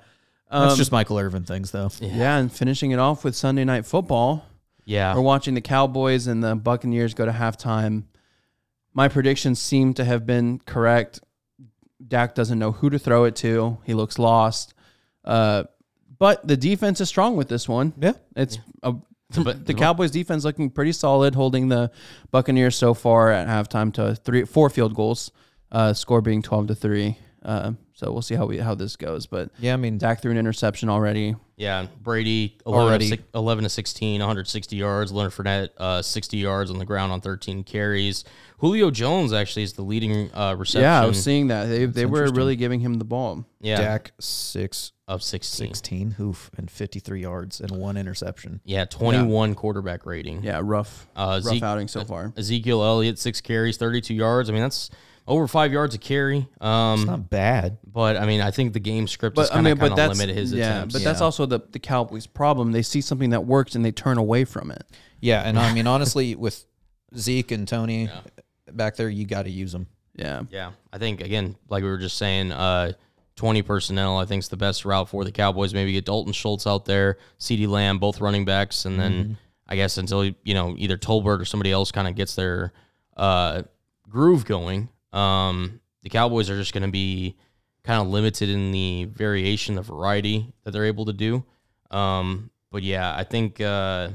Um,
That's just Michael Irvin things, though.
yeah, and finishing it off with Sunday Night Football. We're
Yeah,
watching the Cowboys and the Buccaneers go to halftime. My predictions seem to have been correct. Dak doesn't know who to throw it to. He looks lost. Uh, but the defense is strong with this one.
Yeah.
It's a
But
The Cowboys defense looking pretty solid, holding the Buccaneers so far at halftime to three, four field goals, uh, score being twelve to three. Uh, so we'll see how we how this goes. But
Yeah, I mean,
Dak threw an interception already.
yeah, Brady 11,
Already.
Of, six- 11 to 16, 160 yards. Leonard Fournette uh, 60 yards on the ground on 13 carries. Julio Jones actually is the leading uh, reception.
Yeah, I was seeing that they they were really giving him the ball.
yeah,
Dak six
of 16.
sixteen hoof and 53 yards and one interception.
Yeah, 21 quarterback rating.
Yeah, rough
Uh,
rough
Zeke-
outing so far.
Ezekiel Elliott six carries, 32 yards. I mean that's over five yards a carry. Um,
It's not bad.
But I mean, I think the game script is
But I
kind of
mean, but that's
limited his
yeah,
attempts.
but that's also the the Cowboys' problem. They see something that works and they turn away from it.
Yeah, and I mean, honestly, with Zeke and Tony back there, you got to use them.
Yeah,
yeah, I think again, like we were just saying, uh, twenty personnel I think is the best route for the Cowboys. Maybe get Dalton Schultz out there, C.D. Lamb, both running backs, and
Mm-hmm.
then I guess until you know either Tolbert or somebody else kind of gets their uh, groove going, um, the Cowboys are just going to be kind of limited in the variation, the variety that they're able to do. Um, but yeah, I think uh,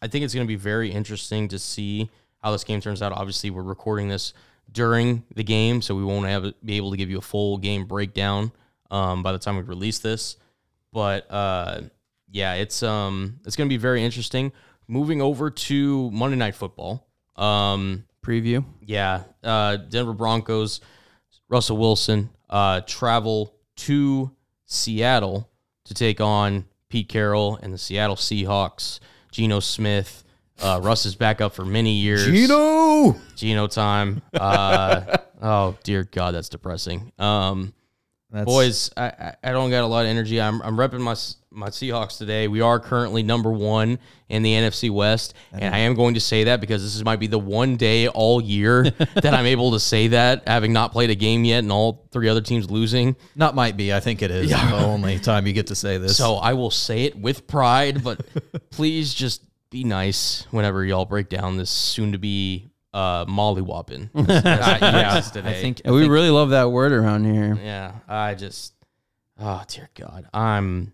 I think it's going to be very interesting to see how this game turns out. Obviously, we're recording this during the game, so we won't have be able to give you a full game breakdown um, by the time we release this. But uh, yeah, it's um it's going to be very interesting. Moving over to Monday Night Football. Um,
preview.
yeah, uh, Denver Broncos, Russell Wilson uh, travel to Seattle to take on Pete Carroll and the Seattle Seahawks. Geno Smith, uh, Russ is back up for many years.
Gino.
Geno time. Uh, oh dear God, that's depressing. Um,
That's,
boys, I, I- I don't got a lot of energy. I'm I'm repping my S- my Seahawks today. We are currently number one in the NFC West, and I am going to say that because this is, might be the one day all year that I'm able to say that, having not played a game yet, and all three other teams losing.
not might be. I think it is the only time you get to say this.
So I will say it with pride, but please just be nice whenever y'all break down this soon to be uh, mollywhopping. yeah,
I think
Yeah, we really love that word around here.
Yeah, I just oh dear God, I'm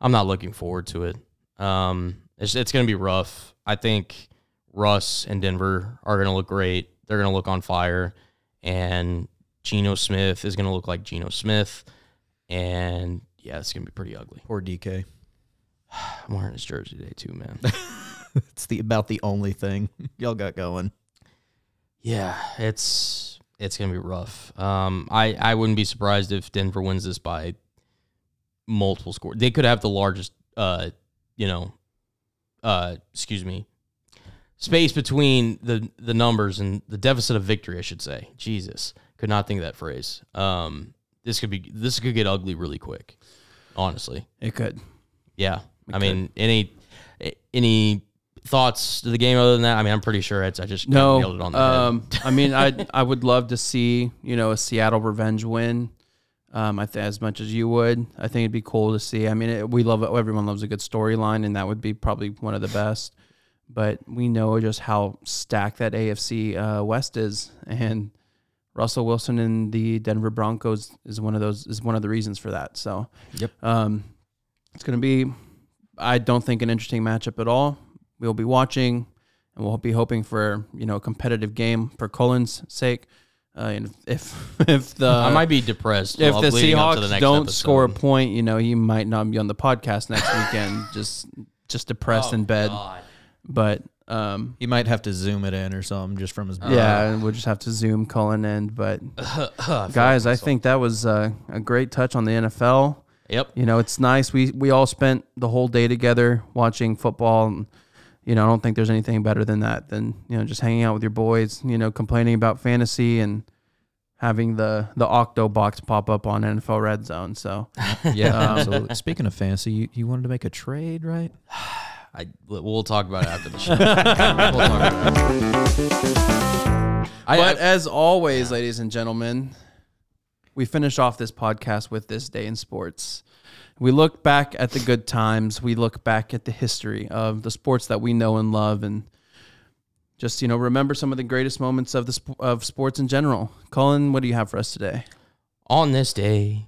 I'm not looking forward to it. Um, it's it's gonna be rough. I think Russ and Denver are gonna look great. They're gonna look on fire, and Geno Smith is gonna look like Geno Smith, and yeah, it's gonna be pretty ugly.
poor DK.
I'm wearing his jersey today too, man.
It's the about the only thing y'all got going.
yeah, it's it's gonna be rough. Um, I I wouldn't be surprised if Denver wins this by multiple scores. They could have the largest, uh, you know, uh, excuse me, space between the the numbers and the deficit of victory. I should say. Jesus, could not think of that phrase. Um, this could be this could get ugly really quick. Honestly,
It could.
yeah. I mean, any any thoughts to the game other than that? I mean, I'm pretty sure it's. I just kinda
No,
nailed it on the head.
um, I mean, I I would love to see you know a Seattle revenge win. Um, I th- as much as you would, I think it'd be cool to see. I mean, it, we love everyone loves a good storyline, and that would be probably one of the best. But we know just how stacked that AFC uh, West is, and Russell Wilson and the Denver Broncos is one of those is one of the reasons for that. So,
Yep.
um, it's going to be, I don't think an interesting matchup at all. We'll be watching, and we'll be hoping for you know a competitive game for Cullen's sake. Uh, and if if, if the
I might be depressed.
if
while
the
leading up
Seahawks
to the next
don't
episode.
score a point, you know he might not be on the podcast next weekend. Just just depressed in bed,
Oh, God.
but um,
He might have to zoom it in or something just from his.
Uh,
yeah, and we'll just have to zoom Cullen in. But guys, I think that was uh, a great touch on the NFL.
Yep.
You know, it's nice. We we all spent the whole day together watching football. And, you know, I don't think there's anything better than that than you know just hanging out with your boys. You know, complaining about fantasy and having the the octo box pop up on NFL Red Zone. So
yeah. Absolutely. Speaking of fantasy, you, you wanted to make a trade, right?
I, we'll talk about it after the show. We'll talk about it. I,
But
I-
as always, ladies and gentlemen, we finish off this podcast with this day in sports. We look back at the good times. We look back at the history of the sports that we know and love, and just you know remember some of the greatest moments of the sp- of sports in general. Colin, what do you have for us today?
on this day,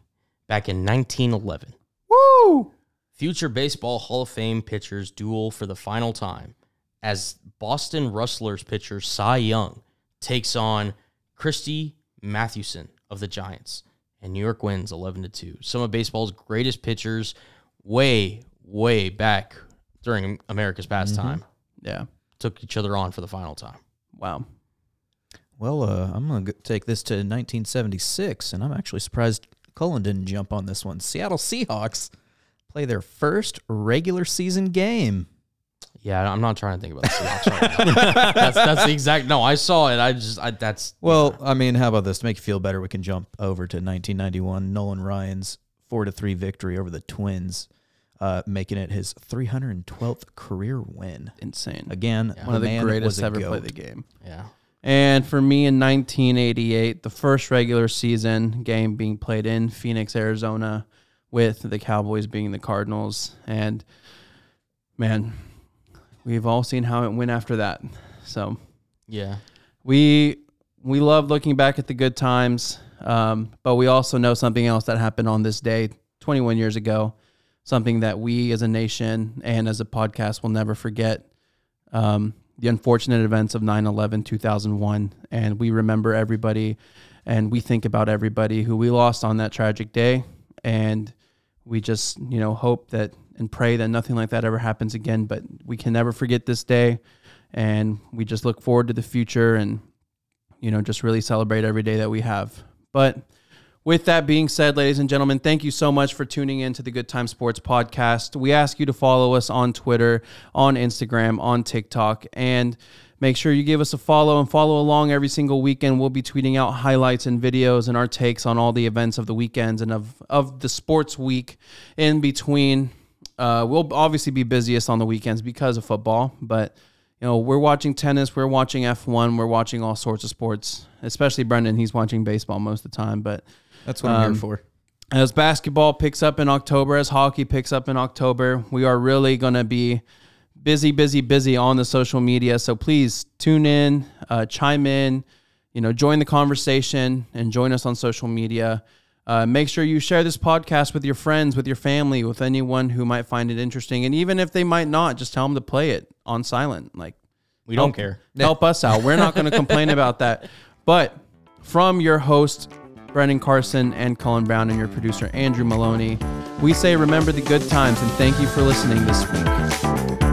back in 1911,
Woo!
Future Baseball Hall of Fame pitchers duel for the final time as Boston Rustlers pitcher Cy Young takes on Christy Mathewson of the Giants, and New York wins 11 to 2. Some of baseball's greatest pitchers, way, way back during America's
Mm-hmm.
pastime,
Yeah.
took each other on for the final time.
Wow.
Well, uh, I'm going to take this to 1976, and I'm actually surprised Cullen didn't jump on this one. Seattle Seahawks play their first regular season game.
Yeah, I'm not trying to think about the Seahawks right now. that's, that's the exact. No, I saw it. I just, I, that's,
Well, I mean, how about this? To make you feel better, we can jump over to 1991. Nolan Ryan's four to three victory over the Twins, uh, making it his 312th career win.
Insane.
Again,
One of the
man was
greatest
a
ever
goat.
played the game.
yeah.
And for me in 1988, the first regular season game being played in Phoenix, Arizona, with the Cowboys being the Cardinals. And man, we've all seen how it went after that. So
Yeah.
we we love looking back at the good times, um, but we also know something else that happened on this day 21 years ago, something that we as a nation and as a podcast will never forget. Um, the unfortunate events of 9 11 2001. And we remember everybody and we think about everybody who we lost on that tragic day. And we just, you know, hope that and pray that nothing like that ever happens again. But we can never forget this day and we just look forward to the future and you know just really celebrate every day that we have but with that being said ladies and gentlemen thank you so much for tuning in to the good time sports podcast we ask you to follow us on twitter on instagram on tiktok and make sure you give us a follow and follow along every single weekend we'll be tweeting out highlights and videos and our takes on all the events of the weekends and of, of the sports week in between uh, we'll obviously be busiest on the weekends because of football but you know, we're watching tennis, we're watching F1, we're watching all sorts of sports, especially Brendan. He's watching baseball most of the time. But
That's what I'm
Um,
here for.
as basketball picks up in October, as hockey picks up in October, we are really going to be busy, busy, busy on the social media. So please tune in, uh, chime in, you know, join the conversation and join us on social media. Uh, make sure you share this podcast with your friends, with your family, with anyone who might find it interesting. And even if they might not, just tell them to play it on silent. Like,
We don't
Help-
care.
Help us out. We're not going to complain about that. But from your host, Brendan Carson and Colin Brown, and your producer, Andrew Maloney, we say remember the good times and thank you for listening this week.